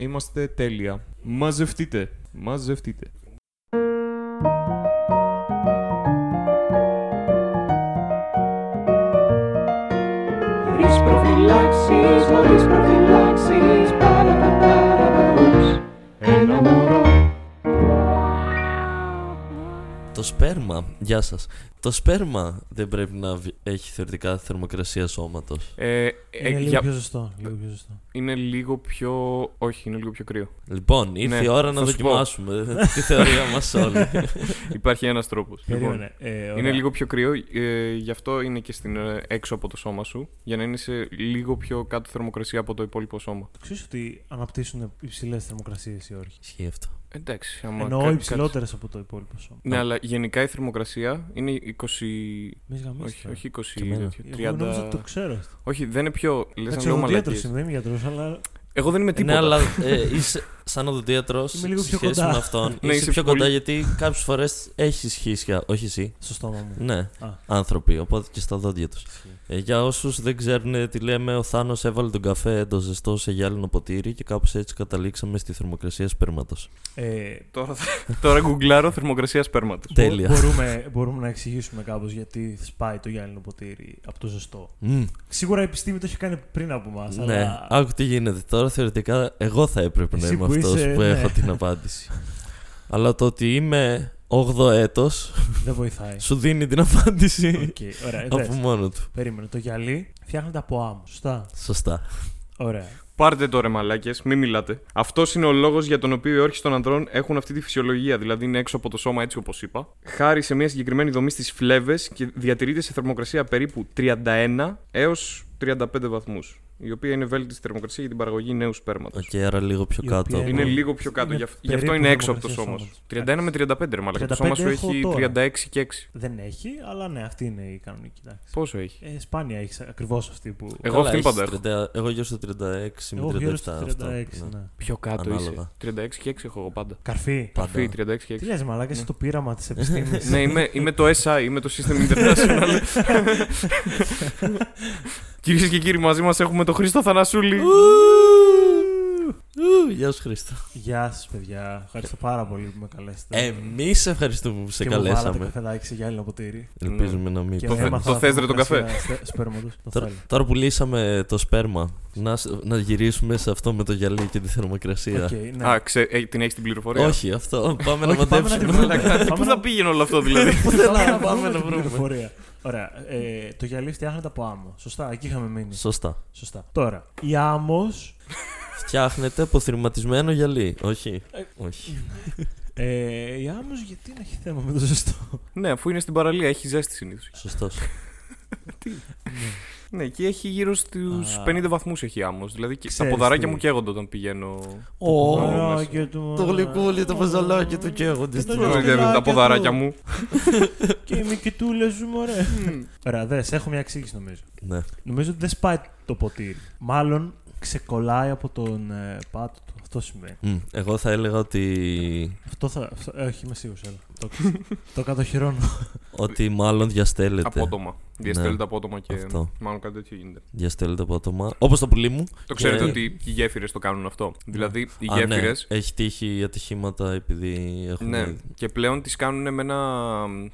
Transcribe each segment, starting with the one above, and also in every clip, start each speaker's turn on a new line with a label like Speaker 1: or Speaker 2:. Speaker 1: Είμαστε τέλεια. Μαζευτείτε. Μαζευτείτε.
Speaker 2: Χωρίς προφυλάξεις, χωρίς προφυλάξεις Παραπαπαραπαπούς Ένα μωρό
Speaker 3: Το σπέρμα, γεια σας. Το σπέρμα δεν πρέπει να βγει- έχει θεωρητικά θερμοκρασία σώματος.
Speaker 1: Ε, ε,
Speaker 4: Είναι λίγο
Speaker 1: για-
Speaker 4: πιο ζεστό. Λίγο πιο ζεστό.
Speaker 1: είναι λίγο πιο. Όχι, είναι λίγο πιο κρύο.
Speaker 3: Λοιπόν, ήρθε
Speaker 1: Ναι,
Speaker 3: η ώρα να
Speaker 1: θα σου πω.
Speaker 3: δοκιμάσουμε τη θεωρία μας όλοι.
Speaker 1: Υπάρχει ένας τρόπος.
Speaker 4: Περίμενε. Ε, ωραία.
Speaker 1: Λοιπόν, Είναι λίγο πιο κρύο, ε, γι' αυτό είναι και στην, ε, έξω από το σώμα σου, για να είναι σε λίγο πιο κάτω θερμοκρασία από το υπόλοιπο σώμα.
Speaker 4: Ξέρεις ότι αναπτύσσουν υψηλές θερμοκρασίες οι όρχοι.
Speaker 3: Ισχύει αυτό.
Speaker 1: Ε, Εντάξει, άμα κα-
Speaker 4: Εννοώ
Speaker 1: κα-
Speaker 4: υψηλότερες από το υπόλοιπο σώμα.
Speaker 1: Ναι, αλλά γενικά η θερμοκρασία είναι 20.
Speaker 4: Μη γαμίσεις
Speaker 1: Όχι,
Speaker 4: τώρα.
Speaker 1: όχι 20,
Speaker 3: Και εμένα.
Speaker 1: τέτοιο,
Speaker 4: Εγώ
Speaker 1: 30.
Speaker 4: νόμιζα ότι το ξέρω αυτό.
Speaker 1: Όχι, δεν είναι πιο. Λες να
Speaker 4: Εντάξει,
Speaker 1: λέω
Speaker 4: εγώ ιατρό
Speaker 1: μαλακίες.
Speaker 4: είμαι, είμαι γιατρός, αλλά.
Speaker 1: Εγώ δεν είμαι
Speaker 3: Ναι,
Speaker 1: τίποτα.
Speaker 3: αλλά ε, είσαι σαν οδοντίατρος
Speaker 4: Είμαι λίγο
Speaker 3: σε
Speaker 4: πιο
Speaker 3: σχέση
Speaker 4: κοντά.
Speaker 3: με αυτόν.
Speaker 1: Ναι,
Speaker 3: είσαι
Speaker 1: είσαι
Speaker 3: πιο
Speaker 1: πολύ-
Speaker 3: κοντά γιατί κάποιες φορές έχεις σχίσια. Όχι εσύ.
Speaker 4: Στο στόμα μου.
Speaker 3: Ναι,
Speaker 4: Α.
Speaker 3: άνθρωποι, οπότε και στα δόντια τους. Ε, για όσους δεν ξέρουν τι λέμε, ο Θάνος έβαλε τον καφέ το ζεστό σε γυάλινο ποτήρι και κάπως έτσι καταλήξαμε στη θερμοκρασία σπέρματος.
Speaker 4: Ε,
Speaker 1: Τώρα, θα- τώρα γκουγκλάρω θερμοκρασία σπέρματος.
Speaker 4: μπο-
Speaker 3: Τέλεια.
Speaker 4: Μπορούμε, μπορούμε να εξηγήσουμε κάπως γιατί σπάει το γυάλινο ποτήρι από το ζεστό.
Speaker 3: Μμμ.
Speaker 4: Σίγουρα η επιστήμη το έχει κάνει πριν από εμά.
Speaker 3: Ναι,
Speaker 4: αλλά...
Speaker 3: άκου τι γίνεται. Τώρα θεωρητικά εγώ θα έπρεπε να
Speaker 4: Εσύ
Speaker 3: είμαι
Speaker 4: που
Speaker 3: αυτός
Speaker 4: είσαι,
Speaker 3: που
Speaker 4: ναι.
Speaker 3: έχω την απάντηση. Αλλά το ότι είμαι 8ο έτος
Speaker 4: Δεν βοηθάει.
Speaker 3: σου δίνει την απάντηση
Speaker 4: Οκ, ωραία,
Speaker 3: από
Speaker 4: εντάξει.
Speaker 3: μόνο του.
Speaker 4: Περίμενε. Το γυαλί φτιάχνεται από άμμο. Σωστά.
Speaker 3: Σωστά.
Speaker 4: Ωραία.
Speaker 1: Πάρτε το ρε μαλάκες, μην μιλάτε. Αυτός είναι ο λόγος για τον οποίο οι όρχε των ανδρών έχουν αυτή τη φυσιολογία, δηλαδή είναι έξω από το σώμα έτσι όπως είπα. Χάρη σε μια συγκεκριμένη δομή στις φλέβες και διατηρείται σε θερμοκρασία περίπου 31 έω 35 βαθμούς. Η οποία είναι βέλτιστη θερμοκρασία για την παραγωγή νέου σπέρματος.
Speaker 3: Οκ, άρα λίγο πιο
Speaker 4: Η
Speaker 3: κάτω.
Speaker 4: οποία
Speaker 3: από-
Speaker 1: Είναι λίγο πιο κάτω,
Speaker 4: Ναι. Είναι
Speaker 1: γι' αυ- γι' αυτό
Speaker 4: περίπου
Speaker 1: είναι έξω από το σώμα
Speaker 4: θερμοκρασία
Speaker 1: σου.
Speaker 4: σώματος.
Speaker 1: 31 με 35 ρε μαλάκα. Το
Speaker 4: 35
Speaker 1: σώμα σου
Speaker 4: έχω
Speaker 1: έχει
Speaker 4: τώρα.
Speaker 1: 36 και 6.
Speaker 4: Δεν έχει, αλλά ναι, αυτή είναι η κανονική τάξη.
Speaker 1: Πόσο έχει.
Speaker 4: Ε, σπάνια έχεις ακριβώς αυτή που.
Speaker 1: Εγώ
Speaker 3: Καλά,
Speaker 1: αυτήν
Speaker 3: έχεις
Speaker 1: πάντα έχω.
Speaker 3: 30 Εγώ γύρω στο 36
Speaker 4: Εγώ
Speaker 3: με 37.
Speaker 4: γύρω στο 36.
Speaker 3: αυτό, ναι.
Speaker 4: ναι.
Speaker 1: Πιο κάτω
Speaker 3: Ανάλογα.
Speaker 1: είσαι. 36 και 6 έχω εγώ πάντα.
Speaker 4: Καρφί.
Speaker 3: Πάντα.
Speaker 1: Φύγει 36 και 6.
Speaker 4: Τι λες, μαλάκα, είσαι
Speaker 1: Ναι.
Speaker 4: το πείραμα της επιστήμης.
Speaker 1: ναι, είμαι, είμαι το SI, είμαι το System International. Κυρίες και κύριοι, μαζί μας έχουμε τον Χρήστο Θανασούλη.
Speaker 3: Ου, Γεια σου Χρήστο.
Speaker 4: Γεια σας, παιδιά. Ευχαριστώ πάρα πολύ που με καλέσατε.
Speaker 3: Εμείς ευχαριστούμε που Ε, σε
Speaker 4: Ναι. και μου βάλατε
Speaker 3: καλέσαμε. Ε,
Speaker 4: καφεδάκι σε γυάλινο ποτήρι.
Speaker 3: Ελπίζουμε να μην.
Speaker 4: Και
Speaker 1: Το θε-
Speaker 4: έμαθα
Speaker 1: το
Speaker 4: να
Speaker 1: θες,
Speaker 4: πω
Speaker 1: ρε, τον
Speaker 4: προκρασία στε- σπέρματος. Το
Speaker 3: Τώρα,
Speaker 4: θέλω.
Speaker 3: τώρα που λύσαμε το σπέρμα, να, σ- να γυρίσουμε σε αυτό με το γυαλί και τη θερμοκρασία.
Speaker 4: Οκ, ναι.
Speaker 1: Α, ξε... ε, την έχεις την πληροφορία.
Speaker 3: Όχι, αυτό. Πάμε να
Speaker 4: Όχι, πάμε να τη
Speaker 3: μαντέψουμε.
Speaker 4: βρούμε.
Speaker 1: Εντάξει, Πού
Speaker 4: Πάμε
Speaker 1: θα
Speaker 4: να-
Speaker 1: πήγαινε όλο αυτό δηλαδή.
Speaker 3: Πού θέλω να πάμε
Speaker 4: βρούμε
Speaker 3: να
Speaker 4: την
Speaker 3: βρούμε.
Speaker 4: πληροφορία. Ωραία. Ε, το γυαλί φτιάχνεται από άμμο. Σωστά, εκεί είχαμε μείνει.
Speaker 3: Σωστά.
Speaker 4: Σωστά. Τώρα, η άμμος.
Speaker 3: Φτιάχνεται από θρηματισμένο γυαλί. Όχι.
Speaker 4: Ε,
Speaker 3: Όχι.
Speaker 4: Ε, η άμμος γιατί να έχει θέμα με το ζεστό.
Speaker 1: ναι, αφού είναι στην παραλία, έχει ζέστη συνήθως.
Speaker 3: Σωστός.
Speaker 1: Ναι, εκεί έχει γύρω στους
Speaker 4: Α.
Speaker 1: 50 βαθμούς έχει άμμος. Δηλαδή και τα
Speaker 4: Ξέρεις
Speaker 1: ποδαράκια
Speaker 4: τι.
Speaker 1: μου καίγονται όταν πηγαίνω.
Speaker 4: Ωραία,
Speaker 1: μέσα.
Speaker 4: και του-
Speaker 3: Το γλυκούλι, το παζαλάκι του καίγονται.
Speaker 4: Και
Speaker 3: στο-
Speaker 4: το
Speaker 1: Δεν
Speaker 4: γιο-
Speaker 1: ξέρω, δηλαδή, Τα
Speaker 4: γυαλάκια
Speaker 1: ποδαράκια
Speaker 4: του.
Speaker 1: μου.
Speaker 4: Και οι μικητούλες σου, μωρέ. Ωραία, δες, έχω μια εξήγηση νομίζω.
Speaker 3: Ναι.
Speaker 4: Νομίζω ότι δεν σπάει το ποτήρι. Μάλλον ξεκολλάει από τον ε, πάτο του. Αυτό σημαίνει.
Speaker 3: Μμ, Εγώ θα έλεγα ότι.
Speaker 4: Αυτό θα. Αυτό, ε, όχι, είμαι σίγουρος. Το, το κατοχυρώνω.
Speaker 3: Ότι μάλλον διαστέλλεται.
Speaker 1: Απότομα. Διαστέλλεται απότομα και
Speaker 3: Ναι. Αυτό.
Speaker 1: μάλλον κάτι τέτοιο γίνεται.
Speaker 3: Διαστέλλεται απότομα. Όπως το πουλί μου.
Speaker 1: Το ξέρετε
Speaker 3: Και-
Speaker 1: ότι οι γέφυρες το κάνουν αυτό. Δηλαδή οι
Speaker 3: Α, ναι.
Speaker 1: γέφυρες
Speaker 3: Έχει τύχει ατυχήματα επειδή έχουν.
Speaker 1: Ναι, και πλέον τις κάνουν με ένα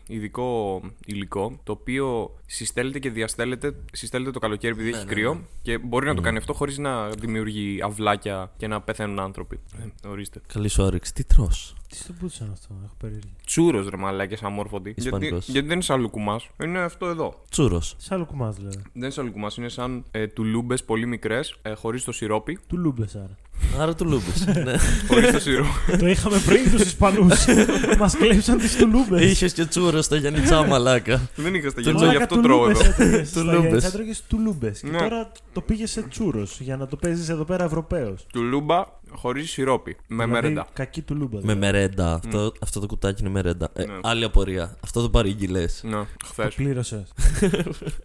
Speaker 1: ειδικό υλικό το οποίο συστέλλεται και διαστέλλεται. Συστέλλεται το καλοκαίρι
Speaker 3: Ναι,
Speaker 1: επειδή έχει κρύο και μπορεί να το κάνει αυτό χωρίς να δημιουργεί αυλάκια και να πεθαίνουν άνθρωποι.
Speaker 3: Ναι.
Speaker 1: Ε, ορίστε.
Speaker 3: Καλή σου όρεξη. Τι τρως.
Speaker 4: Τι στον πούτσαν αυτό, έχω περίεργη.
Speaker 1: Τσούρος ρε μαλάκες αμόρφωτοι. Γιατί,
Speaker 3: Ισπανικός.
Speaker 1: γιατί δεν είναι σαν λουκουμάς, Είναι αυτό εδώ.
Speaker 3: Τσούρος.
Speaker 4: Σε άλλο κουμάς δηλαδή.
Speaker 1: Δεν είναι σαν λουκουμάς, είναι σαν ε, τουλούμπες πολύ μικρές, ε, χωρίς το σιρόπι.
Speaker 4: Του λούμπε άρα.
Speaker 3: Άρα του λούμπες. ναι.
Speaker 1: Χωρίς το σιρόπι.
Speaker 4: Ε, το είχαμε πριν τους Ισπανούς. Μας κλέψαν τις του λούμπε.
Speaker 3: Είχες και τσούρο στα γιανιτσά, μαλάκα.
Speaker 1: δεν είχα στα
Speaker 3: Του
Speaker 1: γυαλιά, γι' αυτό τρώω εδώ.
Speaker 4: Του λούμπε.
Speaker 3: Τουλούμπες.
Speaker 4: Θα έτρωγε του λούμπε. Και
Speaker 1: Ναι.
Speaker 4: τώρα το πήγες σε τσούρος για να το παίζεις εδώ πέρα Ευρωπαίος.
Speaker 1: Τουλούμπα χωρίς σιρόπι. Με
Speaker 3: Δηλαδή-
Speaker 1: μερέντα.
Speaker 4: Δηλαδή, Κακή του λούμπα.
Speaker 3: Με
Speaker 4: δηλαδή.
Speaker 3: μερέντα. Αυτό, αυτό το κουτάκι είναι μερέντα. Ε,
Speaker 1: Mm. Ναι.
Speaker 3: Άλλη απορία. Αυτό το παρήγγειλες.
Speaker 1: Ναι,
Speaker 4: Το
Speaker 1: χθε.
Speaker 4: πλήρωσε.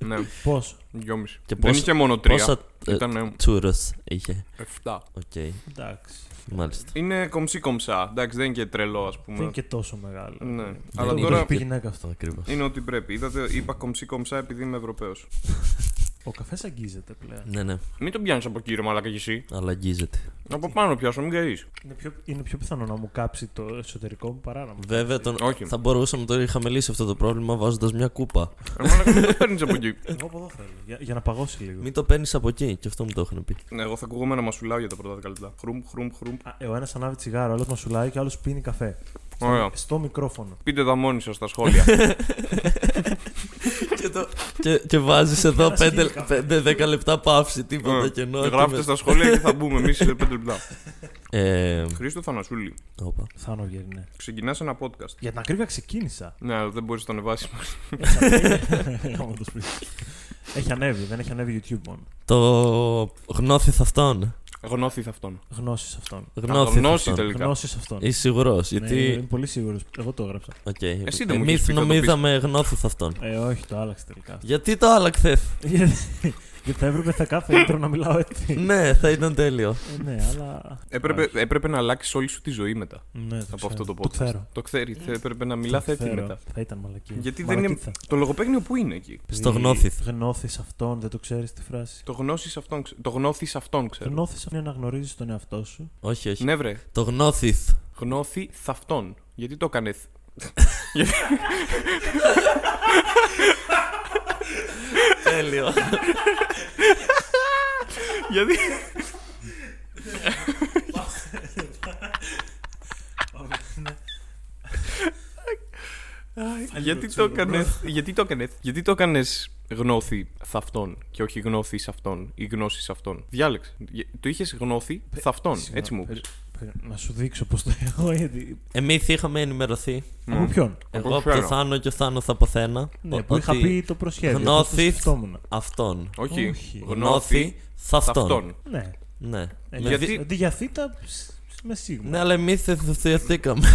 Speaker 1: ναι,
Speaker 4: Πώ.
Speaker 1: δυόμιση.
Speaker 3: Και
Speaker 1: Δεν
Speaker 3: πόσα-
Speaker 1: είχε μόνο τρία.
Speaker 3: Πόσα
Speaker 4: Ε,
Speaker 1: Ήταν
Speaker 3: τσούρο είχε.
Speaker 1: 7.
Speaker 3: Οκ,
Speaker 4: Εντάξει.
Speaker 3: μάλιστα.
Speaker 1: Είναι κομψή κομψά. Εντάξει, δεν είναι και τρελό, ας πούμε.
Speaker 4: Δεν είναι και τόσο μεγάλο. Δηλαδή,
Speaker 1: Ναι.
Speaker 4: Δεν
Speaker 1: Αλλά
Speaker 4: είναι
Speaker 1: τώρα Ε.
Speaker 4: που έχει γυναίκα αυτό.
Speaker 3: Ακριβώς.
Speaker 1: είναι ό,τι πρέπει. Είδατε, είπα κομψή κομψά επειδή είμαι Ευρωπαίος.
Speaker 4: Ο καφές αγγίζεται πλέον.
Speaker 3: Ναι, ναι,
Speaker 1: Μην τον πιάνεις από κύριο μαλάκα κι εσύ.
Speaker 3: αλλά αγγίζεται.
Speaker 1: Από πάνω πιάσω, μην καείς.
Speaker 4: Είναι πιο, είναι πιο πιθανό να μου κάψει το εσωτερικό μου παρά να μου.
Speaker 3: Βέβαια, τον...
Speaker 1: Όχι. Mm.
Speaker 3: θα μπορούσαμε τώρα είχαμε λύσει αυτό το πρόβλημα βάζοντας μια κούπα.
Speaker 1: Ε, Μαλάκα μην το παίρνεις από εκεί.
Speaker 4: Εγώ από εδώ θέλω. Για, για να παγώσει λίγο.
Speaker 3: Μην το παίρνεις από εκεί, και αυτό μου το έχουν πει.
Speaker 1: Ναι, εγώ θα ακούγομαι να μασουλάω για τα πρώτα δέκα λεπτά. Χρουμ, χρουμ, χρουμ.
Speaker 4: Α, ε, ο ένας ανάβει τσιγάρο, ο άλλος μασουλάει και ο άλλος πίνει καφέ. Στο,
Speaker 1: Ωραία.
Speaker 4: στο μικρόφωνο.
Speaker 1: Πείτε τα μόνοι σας στα σχόλια.
Speaker 3: και, το... και, και βάζεις εδώ
Speaker 4: Ένας
Speaker 3: 5-10 λεπτά παύση, τίποτα
Speaker 1: Ε,
Speaker 3: κενό.
Speaker 1: Γράφτε
Speaker 3: τίποτα.
Speaker 1: στα σχόλια και θα μπούμε εμείς σε πέντε λεπτά.
Speaker 3: Ε,
Speaker 1: Χρήστο Θανασούλη,
Speaker 3: όπα.
Speaker 4: Θάνο βγαίνει, ναι.
Speaker 1: ξεκινάς ένα podcast.
Speaker 4: Για την ακρίβεια ξεκίνησα.
Speaker 1: Ναι, δεν μπορείς να το ανεβάσεις.
Speaker 4: Έτσι, απέγει. Γάμο το σπίτι. Έχει ανέβει, δεν έχει ανέβει YouTube μόνο.
Speaker 3: Το γνώθι θα αυτόν.
Speaker 1: Γνώθη θα αυτόν.
Speaker 4: Γνώσεις αυτών.
Speaker 3: Γνώθι θα
Speaker 1: γνώση
Speaker 3: αυτόν.
Speaker 1: τελικά.
Speaker 4: Γνώσει αυτών.
Speaker 3: Είσαι σίγουρος,
Speaker 4: Ναι, είμαι
Speaker 3: Ε, γιατί.
Speaker 4: πολύ σίγουρος. Εγώ το έγραψα.
Speaker 3: Οκ. Ε,
Speaker 1: Εσύ δεν μου
Speaker 3: Εμείς
Speaker 1: είχες πει, θα το πεις.
Speaker 3: νομίζαμε γνώθι θα αυτόν.
Speaker 4: Ε, όχι, το άλλαξε τελικά.
Speaker 3: Γιατί το άλλα χθε.
Speaker 4: Γιατί γιατί θα έπρεπε θα κάθε intro να μιλάω έτσι.
Speaker 3: ναι, θα ήταν τέλειο.
Speaker 4: Ε, ναι, αλλά.
Speaker 1: Έπρεπε, έπρεπε να αλλάξει όλη σου τη ζωή μετά
Speaker 4: Ναι, το
Speaker 1: από αυτό το podcast.
Speaker 4: Το ξέρω.
Speaker 1: Το ξέρει, θε- έπρεπε να
Speaker 4: Το
Speaker 1: μιλάς θέτη
Speaker 4: ξέρω.
Speaker 1: μετά.
Speaker 4: Θα ήταν μαλακή.
Speaker 1: Γιατί δεν είναι- Το λογοπαίγνιο που είναι εκεί.
Speaker 3: Στο γνώθιθ.
Speaker 4: Γνώθη αυτόν, δεν το ξέρεις τη φράση.
Speaker 1: Το γνώση αυτόν, ξε- το γνώθης αυτόν ξέρω.
Speaker 4: Γνώθης είναι να γνωρίζεις τον εαυτό σου.
Speaker 3: Όχι, όχι.
Speaker 1: Ναι, βρε.
Speaker 3: Το γνώθιθ.
Speaker 1: Γνώθη θαυτόν. Γιατί το έκανε.
Speaker 3: Τέλειο.
Speaker 1: Γιατί. Γιατί το έκανες. Γιατί το έκανες. Γιατί το έκανες γνώθη θαυτόν και όχι γνώθης αυτόν ή γνώσης αυτόν. Διάλεξε. Γε- Το είχες γνώθη θαυτόν.
Speaker 4: Ε, Συγγνώμη,
Speaker 1: Έτσι μου
Speaker 4: περι-
Speaker 1: πει.
Speaker 4: περι- Να σου δείξω πώς το έχω. γιατί-
Speaker 3: Εμείς είχαμε ενημερωθεί.
Speaker 1: Ναι.
Speaker 4: Από ποιον.
Speaker 1: Από
Speaker 3: Εγώ από
Speaker 1: ποιον?
Speaker 3: τον Θάνο και ο Θάνος από θένα.
Speaker 4: Ναι,
Speaker 3: ο-
Speaker 4: που είχα
Speaker 3: ότι
Speaker 4: πει το προσχέδιο.
Speaker 3: γνώθη-
Speaker 4: το σκεφτόμουν.
Speaker 3: Αυτόν.
Speaker 1: Όχι.
Speaker 4: Όχι.
Speaker 1: Γνώθη
Speaker 3: Γνώθη θα αυτόν.
Speaker 1: θαυτόν.
Speaker 4: Ναι.
Speaker 3: Ναι.
Speaker 4: Ε,
Speaker 1: Γιατί-
Speaker 4: δηλαδή- Αντί για θήτα, ψ, ψ, με σίγμα.
Speaker 3: Ναι, αλλά εμείς ενθουσιαστήκαμε.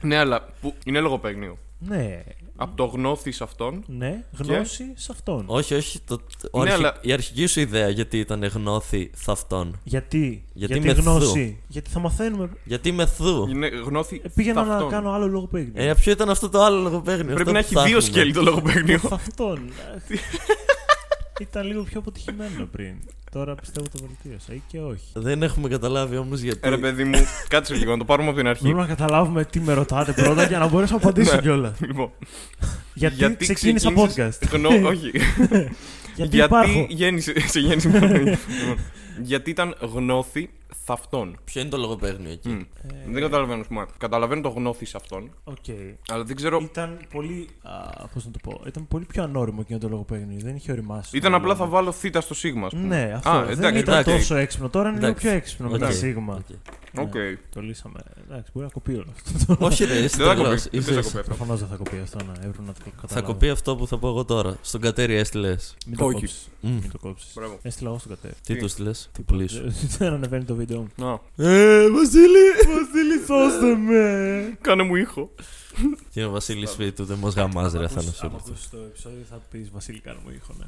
Speaker 1: Ναι, αλλά που είναι λογοπαίγνιο.
Speaker 4: Ναι,
Speaker 1: Από το γνώθη
Speaker 3: Ε.
Speaker 1: αυτόν.
Speaker 4: ναι, γνώση σε αυτόν.
Speaker 3: όχι, όχι. Το, το- ο
Speaker 1: Ναι,
Speaker 3: αρχι-
Speaker 1: αλλά-
Speaker 3: Η αρχική σου ιδέα γιατί ήταν γνώθη θα αυτόν.
Speaker 4: Γιατί,
Speaker 3: Γιατί
Speaker 4: γιατί,
Speaker 3: με
Speaker 4: γνώση. Γιατί θα μαθαίνουμε.
Speaker 3: Γιατί με θου.
Speaker 1: Είναι γνώθη
Speaker 4: Ε, πήγαινα να
Speaker 1: θαυτόν.
Speaker 4: κάνω άλλο λόγο που έγινε.
Speaker 3: Ε, ποιο ήταν αυτό το άλλο λογοπαίγνιο.
Speaker 1: Πρέπει
Speaker 3: αυτό
Speaker 1: να
Speaker 3: που
Speaker 1: έχει δύο
Speaker 3: ψάχνουμε.
Speaker 1: σκέλη το λογοπαίγνιο.
Speaker 4: Θα αυτόν. Ήταν λίγο πιο αποτυχημένο πριν. Τώρα πιστεύω το βελτίωσα ή και όχι.
Speaker 3: Δεν έχουμε καταλάβει όμως γιατί.
Speaker 1: Ε, Ρε παιδί μου, κάτσε λίγο να το πάρουμε από την αρχή.
Speaker 4: Μπορούμε να καταλάβουμε τι με ρωτάτε πρώτα για να μπορέσω να απαντήσω
Speaker 1: Ναι.
Speaker 4: κιόλας.
Speaker 1: Λοιπόν,
Speaker 4: Γιατί, ξεκίνησα
Speaker 1: ξεκίνησες-
Speaker 4: podcast.
Speaker 3: Ε,
Speaker 1: Γνω... όχι.
Speaker 4: Γιατί, υπάρχω.
Speaker 1: γέννησε. Σε γέννησε. Λοιπόν, γιατί ήταν γνώθη θαυτόν.
Speaker 3: Ποιο είναι το λογοπαίγνιο εκεί.
Speaker 1: Μμ.
Speaker 3: ε.
Speaker 1: Δεν καταλαβαίνω, ας πούμε. Καταλαβαίνω το γνώθη αυτόν,
Speaker 4: Ε, Οκ.
Speaker 1: αλλά δεν ξέρω.
Speaker 4: Ήταν πολύ. Α, πώς να το πω. Ήταν πολύ πιο ανώριμο εκείνο το λογοπαίγνιο. Δεν είχε οριμάσει.
Speaker 1: Ήταν
Speaker 4: το
Speaker 1: απλά θα
Speaker 4: λόγο.
Speaker 1: βάλω θήτα στο σίγμα, ας πούμε.
Speaker 4: Ναι, αυτό.
Speaker 1: Α,
Speaker 4: δεν
Speaker 1: εντάξει,
Speaker 4: ήταν
Speaker 3: εντάξει.
Speaker 4: τόσο έξυπνο. Τώρα είναι λίγο
Speaker 3: Εντάξει.
Speaker 4: πιο έξυπνο με τα
Speaker 3: Οκ.
Speaker 4: σίγμα.
Speaker 3: Οκ.
Speaker 1: Οκ.
Speaker 4: Ναι, το λύσαμε. Εντάξει, μπορεί να κοπεί όλο αυτό.
Speaker 3: Όχι, ρε, Ε, είσαι
Speaker 1: Δεν θα
Speaker 3: τρελός.
Speaker 1: κοπεί. Δεν
Speaker 3: Είσαι-
Speaker 1: θα κοπεί αυτό.
Speaker 4: Προφανώς δεν θα κοπεί αυτό να έβρουν να το καταλάβω.
Speaker 3: Θα κοπεί αυτό που θα πω εγώ τώρα. Στον κατέρι έστειλες.
Speaker 4: Μην το
Speaker 1: Όχι.
Speaker 4: κόψεις.
Speaker 3: Μμ.
Speaker 4: Μην το κόψεις.
Speaker 1: Μπράβο.
Speaker 4: Έστειλα εγώ στον κατέ.
Speaker 3: Τι
Speaker 1: Τι.
Speaker 3: του στείλε, την πουλή σου.
Speaker 4: Ε, Δεν ανεβαίνει το βίντεο μου.
Speaker 1: Να,
Speaker 3: Ε, Βασίλη!
Speaker 4: Βασίλη, σώστε με!
Speaker 1: κάνε μου ήχο.
Speaker 3: Τι είναι ο Βασίλης Φίτου, δεν μας γαμάζει, ρε, θα είναι
Speaker 4: Αν
Speaker 3: σου.
Speaker 4: ακούσει το επεισόδιο, θα πεις Βασίλη, κάνω μου ήχο, ναι.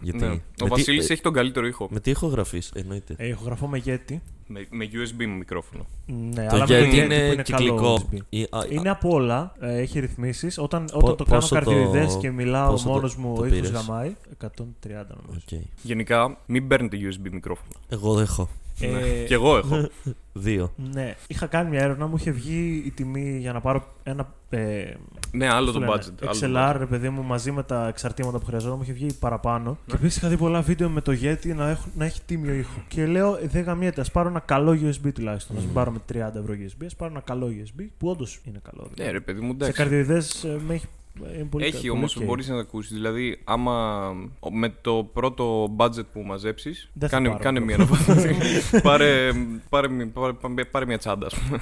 Speaker 3: Γιατί.
Speaker 1: Ναι.
Speaker 3: με
Speaker 1: Ο
Speaker 3: τι-
Speaker 1: Βασίλης
Speaker 3: ε,
Speaker 1: έχει τον καλύτερο ήχο.
Speaker 3: Με τι ηχογραφείς, εννοείται.
Speaker 4: Ε, Ηχογραφώ με Yeti.
Speaker 1: Με με USB μικρόφωνο.
Speaker 4: Ναι,
Speaker 3: Το
Speaker 4: αλλά με
Speaker 3: γιατί
Speaker 4: Yeti που
Speaker 3: είναι
Speaker 4: είναι καλό.
Speaker 3: κυκλικό. Ή- α, α,
Speaker 4: Είναι απ' όλα, ε, έχει ρυθμίσεις. Όταν, όταν το κάνω
Speaker 3: πόσο το-
Speaker 4: καρδιοειδές και μιλάω
Speaker 3: πόσο το-
Speaker 4: μόνος μου,
Speaker 3: το
Speaker 4: ο ήχος
Speaker 3: πήρες?
Speaker 4: γαμάει. 130 νομίζω.
Speaker 3: οκ.
Speaker 1: Γενικά, μην παίρνετε USB μικρόφωνο.
Speaker 3: Εγώ έχω
Speaker 4: Ε,
Speaker 1: Κι εγώ έχω.
Speaker 3: δύο.
Speaker 4: Ναι, είχα κάνει μια έρευνα, μου είχε βγει η τιμή για να πάρω ένα. Ε,
Speaker 1: Ναι, άλλο
Speaker 4: πώς
Speaker 1: το
Speaker 4: λένε,
Speaker 1: budget. άλλο το
Speaker 4: XLR, ρε παιδί μου, μαζί με τα εξαρτήματα που χρειαζόταν, μου είχε βγει
Speaker 1: Ναι.
Speaker 4: παραπάνω. Και επίσης είχα δει πολλά βίντεο με το Yeti να, έχουν, να έχει τίμιο ήχο. Και λέω, «Ε, δεν γαμιέται, ας πάρω ένα καλό USB τουλάχιστον. Ας μην πάρω με 30 ευρώ USB, ας πάρω ένα καλό USB που όντως είναι καλό. δηλαδή.
Speaker 1: Ναι, ρε παιδί μου,
Speaker 4: Σε
Speaker 1: εντάξει.
Speaker 4: καρδιοειδές με έχει. ε, είναι πολύ
Speaker 1: Έχει
Speaker 4: κα-
Speaker 1: όμω,
Speaker 4: πολύ οκ.
Speaker 1: μπορείς να τα ακούσεις. Δηλαδή, άμα με το πρώτο budget που μαζέψεις,
Speaker 4: Δεν θα
Speaker 1: κάνε,
Speaker 4: πάρω
Speaker 1: κάνε
Speaker 4: το
Speaker 1: μια αναβάθμιση. πάρε, πάρε, μη- πάρε, πάρε- πάρε μια τσάντα, ας πούμε,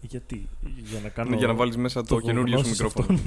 Speaker 4: Γιατί, για να κάνω.
Speaker 1: Ναι, για να βάλεις μέσα το,
Speaker 4: το
Speaker 1: καινούριο σου
Speaker 4: γνώσεις
Speaker 1: μικρόφωνο.